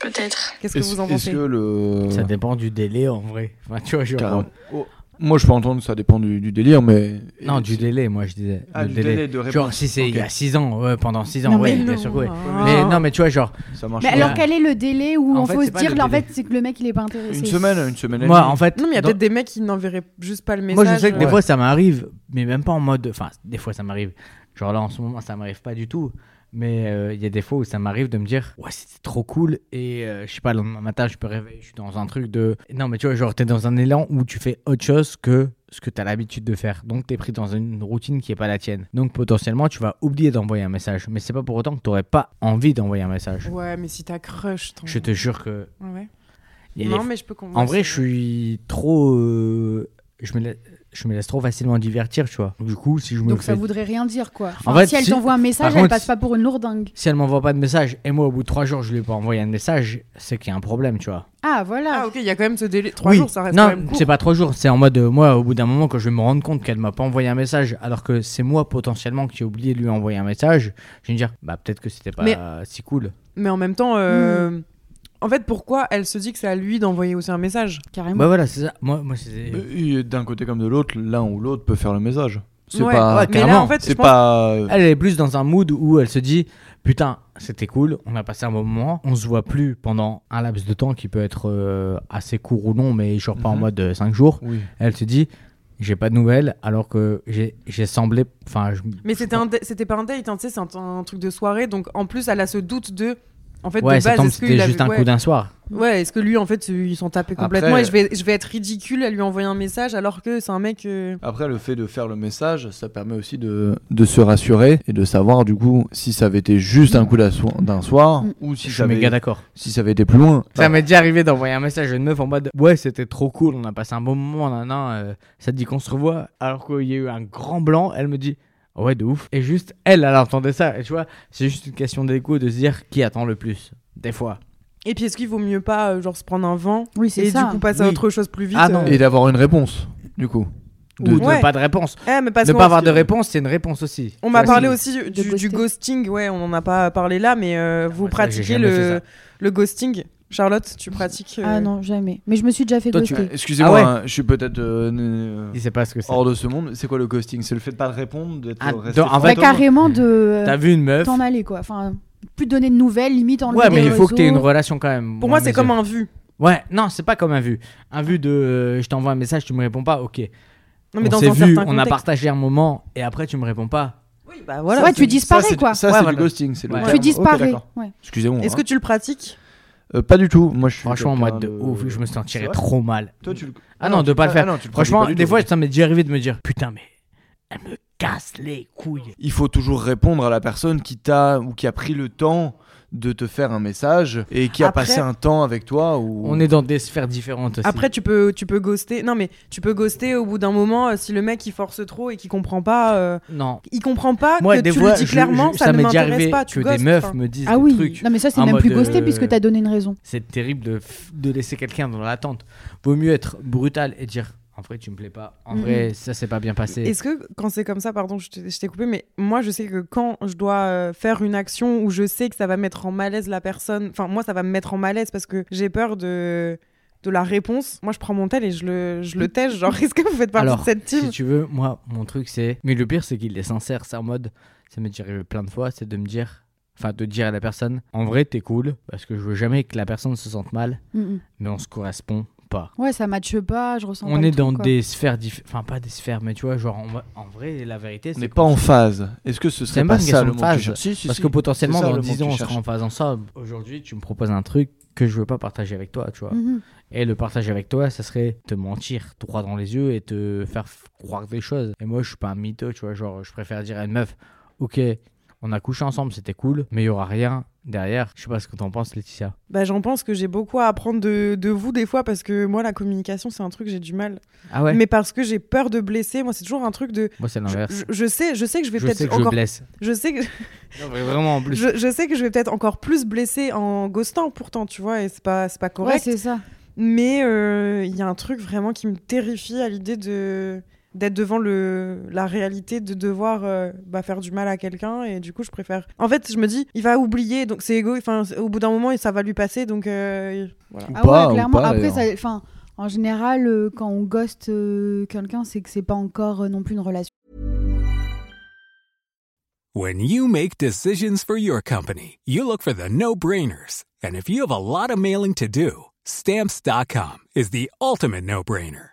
peut-être.
Qu'est-ce que
Est-ce
vous en
est-ce
pensez
que le.
Ça dépend du délai en vrai. Enfin, tu vois, genre-
Carrément. Oh, Moi, je peux entendre que ça dépend du, du délire, mais.
Non, du délai, moi je disais.
Ah,
Le
du délai de
Genre,
réponse.
si c'est il y a
Ok.
6 ans, ouais, pendant 6 ans,
Non,
ouais,
mais
bien
non.
sûr que oui.
Ah.
Mais non, mais tu vois, genre,
Ça marche
Mais
pas.
Ouais.
alors, quel est le délai où
En
on
fait,
faut
c'est
se
pas
dire,
le
là, en
délai.
fait, c'est que le mec, il est pas intéressé.
Une semaine, une semaine et
moi
demie.
en fait.
Non, mais il y a
dans-
peut-être des mecs qui n'enverraient juste pas le message.
Moi je sais que des
euh,
fois ça m'arrive, mais même pas en mode. Enfin, des fois ça m'arrive. Genre là en ce moment ça m'arrive pas du tout. Mais euh, il y a des fois où ça m'arrive de me dire, ouais, c'était trop cool. Et euh, je sais pas, le lendemain matin, je peux réveiller, je suis dans un truc de. Non, mais tu vois, genre, t'es dans un élan où tu fais autre chose que ce que t'as l'habitude de faire. Donc t'es pris dans une routine qui est pas la tienne. Donc potentiellement, tu vas oublier d'envoyer un message. Mais c'est pas pour autant que t'aurais pas envie d'envoyer un message.
Ouais, mais si t'as crush, t'en-
Je te jure que.
Ouais.
il y a des
Non, mais je peux comprendre.
en vrai, je suis trop. euh, je, me la- je me laisse trop facilement divertir, tu vois. Du coup, si je me
Donc
fais.
ça voudrait rien dire, quoi.
En
Enfin,
fait,
si elle
si-
t'envoie un message,
par
elle
contre,
passe pas pour une lourdingue.
Si elle m'envoie pas de message et moi, au bout de trois jours, je lui ai pas envoyé un message, c'est qu'il y a un problème, tu vois.
Ah, voilà.
Ah, ok, il y a quand même ce délai. Trois jours, ça reste
non,
quand même court.
c'est pas trois jours. C'est en mode, euh, moi, au bout d'un moment, quand je vais me rendre compte qu'elle m'a pas envoyé un message, alors que c'est moi potentiellement qui ai oublié de lui envoyer un message, je vais me dire, bah peut-être que c'était pas
Mais-
si cool.
Mais en même temps, euh,
Hmm.
en fait, pourquoi elle se dit que c'est à lui d'envoyer aussi un message
Carrément.
Bah voilà, c'est ça. Moi, moi c'est.
Et D'un côté comme de l'autre, l'un ou l'autre peut faire le message. C'est
Ouais.
pas.
Ouais,
Mais là,
clairement,
en fait, je
c'est
pense-
pas. euh,
Elle est plus dans un mood où elle se dit Putain, c'était cool, on a passé un bon moment, on se voit plus pendant un laps de temps qui peut être euh, assez court ou non, mais genre pas en
Mhm.
mode 5 jours.
Oui.
Elle se dit J'ai pas de nouvelles, alors que j'ai j'ai semblé. Enfin, je-
Mais c'était un da- c'était pas un date, hein, tu sais, c'est un, un truc de soirée. Donc en plus, elle a ce doute de. En fait,
ouais,
de
ça
base,
tombe,
est-ce
c'était
qu'il a
juste un
ouais.
coup d'un soir.
Ouais, est-ce que lui, en fait, ils s'en tapaient
Après,
complètement et je
euh,
vais, je vais être ridicule à lui envoyer un message alors que c'est un mec. euh,
Après, le fait de faire le message, ça permet aussi de, de se rassurer et de savoir du coup si ça avait été juste un coup d'un soir, d'un soir
Mm.
ou si
je
ça,
suis
avait,
méga d'accord.
si ça avait été plus loin.
Ça m'est déjà arrivé d'envoyer un message à une meuf en mode Ouais, c'était trop cool, on a passé un bon moment, nan, nan, euh, ça te dit qu'on se revoit. Alors qu'il y a eu un grand blanc, elle me dit Ouais, de ouf. Et juste, elle, elle entendait ça. Et tu vois, c'est juste une question d'écho de se dire qui attend le plus. Des fois.
Et puis, est-ce qu'il vaut mieux pas, euh, genre, se prendre un vent
Oui, c'est
et
ça.
du coup passer à
Oui.
autre chose plus vite
Ah non.
euh.
Et d'avoir une réponse, du coup. De-
Ou
de-
de
Ouais.
pas de réponse.
Eh, mais parce
ne
qu'on-
pas avoir de réponse, c'est une réponse aussi.
On m'a
Tu vois,
parlé
c'est-
aussi du, du
ghoster.
ghosting, ouais, on en a pas parlé là, mais euh, vous
moi, ça, j'ai
pratiquez
jamais fait
le,
ça.
le ghosting. Charlotte, tu pratiques. euh,
Ah non, jamais. Mais je me suis déjà fait
Toi, tu-
ghoster.
Ah
Excusez-moi,
ouais.
hein, je suis peut-être euh, euh,
Il sait pas ce que c'est.
Oh.
hors de ce monde. C'est quoi le ghosting C'est le fait de pas répondre, d'être
Ah,
resté
dans- en
Bah,
fait,
fantôme
carrément de euh,
T'as vu une meuf
t'en aller, quoi. Enfin, plus te donner de nouvelles, limite en
Ouais, mais il faut que t'aies une relation quand même.
Pour moi,
dans
c'est
mes
comme un vu.
Ouais, non, c'est pas comme un vu. Un vu de euh, je t'envoie un message, tu me réponds pas, ok.
Non, mais
on
dans
s'est
un
vu,
certain
on a
contexte.
partagé un moment et après tu me réponds pas.
Oui, Bah voilà.
ouais,
c'est-
tu disparais
ça, c'est du-
quoi.
Ça,
Ouais,
c'est
voilà.
du ghosting. c'est le
Ouais.
terme.
Tu
Tu
Ok,
disparais.
d'accord.
ouais.
Excusez-moi.
Est-ce
hein.
que tu le pratiques
Euh, Pas du tout. Moi, je suis
Franchement, moi,
quelqu'un
de ouf, je me
C'est
sentirais
vrai
trop mal.
Toi, tu le-
Ah non, de
tu-
pas le faire.
ah non, tu pratiques
Franchement,
pas du
des
tout.
fois, ça m'est déjà arrivé de me dire Putain, mais elle me casse les couilles.
il faut toujours répondre à la personne qui t'a ou qui a pris le temps de te faire un message et qui a
Après-
passé un temps avec toi ou
On est dans des sphères différentes aussi.
Après, tu peux, tu peux ghoster. Non, mais tu peux ghoster au bout d'un moment euh, si le mec il force trop et qu'il comprend pas. euh,
non.
il comprend pas
Moi,
que
des
tu
fois,
lui dis
je-
clairement,
je-
ça, ne
m'est déjà
m'intéresse
arrivé
pas.
que
Tu ghostes.
des meufs
enfin.
me disent
Ah
des
oui,
trucs.
non mais ça c'est
en
même
mode,
plus ghosté
euh,
puisque t'as donné une raison.
C'est terrible de, f- de laisser quelqu'un dans l'attente. Vaut mieux être brutal et dire En vrai, tu me plais pas. En
Mhm.
vrai, ça s'est pas bien passé.
Est-ce que quand c'est comme ça, pardon, je t'ai je t'ai coupé, mais moi je sais que quand je dois euh, faire une action où je sais que ça va mettre en malaise la personne, enfin moi ça va me mettre en malaise parce que j'ai peur de de la réponse. Moi je prends mon tel et je le je le tèche, genre est-ce que vous faites partie
Alors,
de cette team
Si tu veux, moi, mon truc, c'est. Mais le pire, c'est qu'il est sincère. C'est en mode. Ça m'est déjà arrivé plein de fois, c'est de me dire. Enfin, de dire à la personne En vrai, t'es cool, parce que je veux jamais que la personne se sente mal,
Mm, mm.
mais on se correspond pas.
Ouais, ça matche pas, je ressens. pas
On
le
est
truc,
dans
quoi.
des sphères différentes. Enfin, pas des sphères, mais tu vois, genre, en, va- en vrai, la vérité,
on
c'est.
n'est
qu'on
pas en
se-
phase. Est-ce que ce serait
même
pas
pas une
ça
question
le
de
mot que tu
phase,
cherches Si, si,
Parce
si,
que potentiellement,
c'est ça
dans
le mot
10
que
ans,
tu
on sera
cherches.
en phase ensemble. Aujourd'hui, tu me proposes un truc que je veux pas partager avec toi, tu vois.
Mhm.
Et le partage avec toi, ça serait te mentir droit dans les yeux et te faire f- croire des choses. Et moi, je suis pas un mytho, tu vois. Genre, je préfère dire à une meuf, ok, on a couché ensemble, c'était cool, mais il y aura rien derrière. Je sais pas ce que t'en penses, Laetitia.
Bah, j'en pense que j'ai beaucoup à apprendre de, de vous des fois parce que moi la communication c'est un truc que j'ai du mal.
Ah ouais
Mais parce que j'ai peur de blesser, moi c'est toujours un truc de
Moi, c'est
je,
l'inverse.
je- je sais je sais que je vais
Je,
peut-être
sais que je
encore
blesse.
je sais que
Non, mais vraiment, en plus.
je, je sais que je vais peut-être encore plus blesser en ghostant pourtant, tu vois, et c'est pas c'est pas
Ouais,
correct.
c'est ça.
Mais euh, il y a un truc vraiment qui me terrifie à l'idée de d'être devant le la réalité de devoir euh, bah, faire du mal à quelqu'un et du coup je préfère en fait je me dis il va oublier donc c'est égo enfin c'est- au bout d'un moment ça va lui passer donc euh, voilà
Ou
Ah
pas,
ouais,
ou
clairement.
pas,
Après,
d'ailleurs.
ça, enfin, en général, euh, quand on ghost euh, quelqu'un, c'est que c'est pas encore euh, non plus une relation
When you make decisions for your company, you look for the no brainers. And if you have a lot of mailing to do, stamps.com is the ultimate no brainer.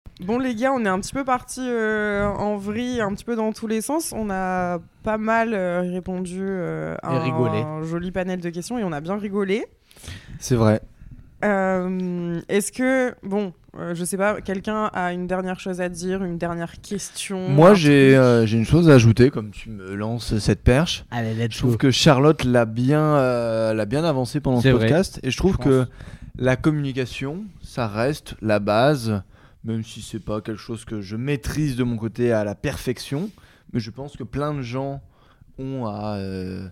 Bon les gars, on est un petit peu parti en vrille, un petit peu dans tous les sens. On a pas mal euh, répondu euh, à
Et rigolé.
un joli panel de questions et on a bien rigolé.
C'est vrai.
Euh, Est-ce que, bon, euh, je sais pas, quelqu'un a une dernière chose à dire, une dernière question
Moi,
Mmh.
un
j'ai
truc
euh, j'ai une chose à ajouter, comme tu me lances cette perche.
Allez,
Je
let's
trouve
go.
que Charlotte l'a bien, euh, l'a bien avancé pendant ce
C'est vrai.
podcast. Et je trouve
Je
que la communication, ça reste la base, même si c'est pas quelque chose que je maîtrise de mon côté à la perfection. Mais je pense que plein de gens ont à, euh,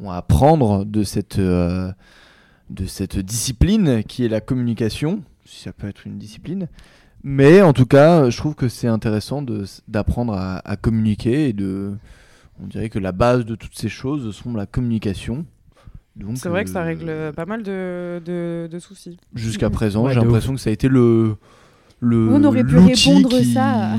ont à apprendre de cette, euh, de cette discipline qui est la communication, si ça peut être une discipline. Mais en tout cas, je trouve que c'est intéressant de- d'apprendre à, à communiquer et de, on dirait que la base de toutes ces choses sont la communication. Donc,
C'est vrai que ça
euh,
règle pas mal de, de, de soucis.
Jusqu'à présent,
Ouais,
j'ai
de
l'impression que ça a été le le
Mmh. On aurait pu
l'outil
répondre
qui,
ça.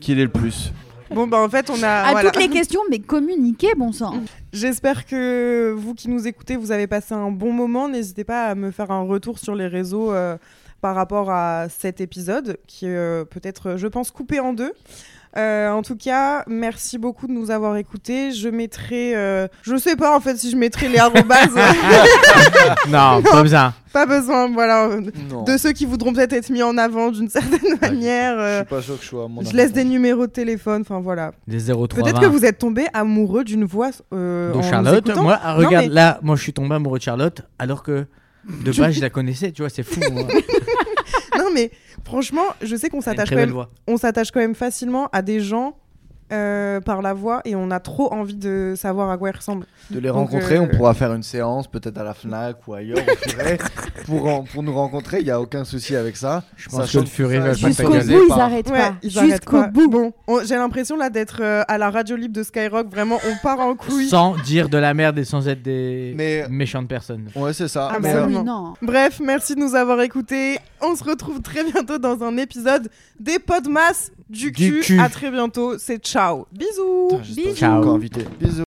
qui l'est le plus.
Bon, bah en fait, on a.
à
voilà.
toutes les questions, mais communiquer, bon sang.
J'espère que vous qui nous écoutez, vous avez passé un bon moment. N'hésitez pas à me faire un retour sur les réseaux euh, par rapport à cet épisode qui est euh, peut-être, je pense, coupé en deux. Euh, en tout cas, merci beaucoup de nous avoir écoutés. Je mettrai, euh, je sais pas en fait si je mettrai les arrobases,
non, pas besoin.
pas besoin. Voilà,
Non,
de ceux qui voudront peut-être être mis en avant d'une
Ah
certaine
Ouais,
manière. euh,
pas sûr que je sois. à mon
je laisse des
avantage.
numéros de téléphone, enfin voilà.
Des 0,3.
Peut-être que vous êtes tombé amoureux d'une voix euh, en
de
nous
Charlotte.
écoutant.
Moi, ah, regarde,
mais-
là, moi, je suis tombé amoureux de Charlotte, alors que De base, je la connaissais, tu vois, c'est fou. hein. moi.
non, mais franchement, je sais qu'on
Elle a une
s'attache
très
quand
belle
même
voix.
on s'attache quand même facilement à des gens euh, par la voix et on a trop envie de savoir à quoi ils ressemblent.
de les
Donc,
rencontrer.
euh,
On pourra faire une séance, peut-être à la Fnac ou ailleurs, au Furet, pour, en- pour nous rencontrer. Il n'y a aucun souci avec ça.
Je pense
Sachant
que le Furet
ça
va
reste
pas
Jusqu'au
t'engager
bout, ils
par-
arrêtent pas.
ils arrêtent
Jusqu'au
pas.
bout.
Bon, on- j'ai l'impression là d'être euh, à la radio libre de Skyrock. Vraiment, on part en couille.
Sans dire de la merde et sans être des
Mais- euh,
méchantes personnes.
Ouais, c'est ça.
Ah,
Mais,
bah
euh,
oui.
Absolument.
euh, Bref, merci de nous avoir écoutés. On se retrouve très bientôt dans un épisode des Podmas du,
Du
cul.
cul.
À très bientôt. C'est ciao. Bisous.
putain, j'espère que je suis
Ciao.
encore invité. Bisous.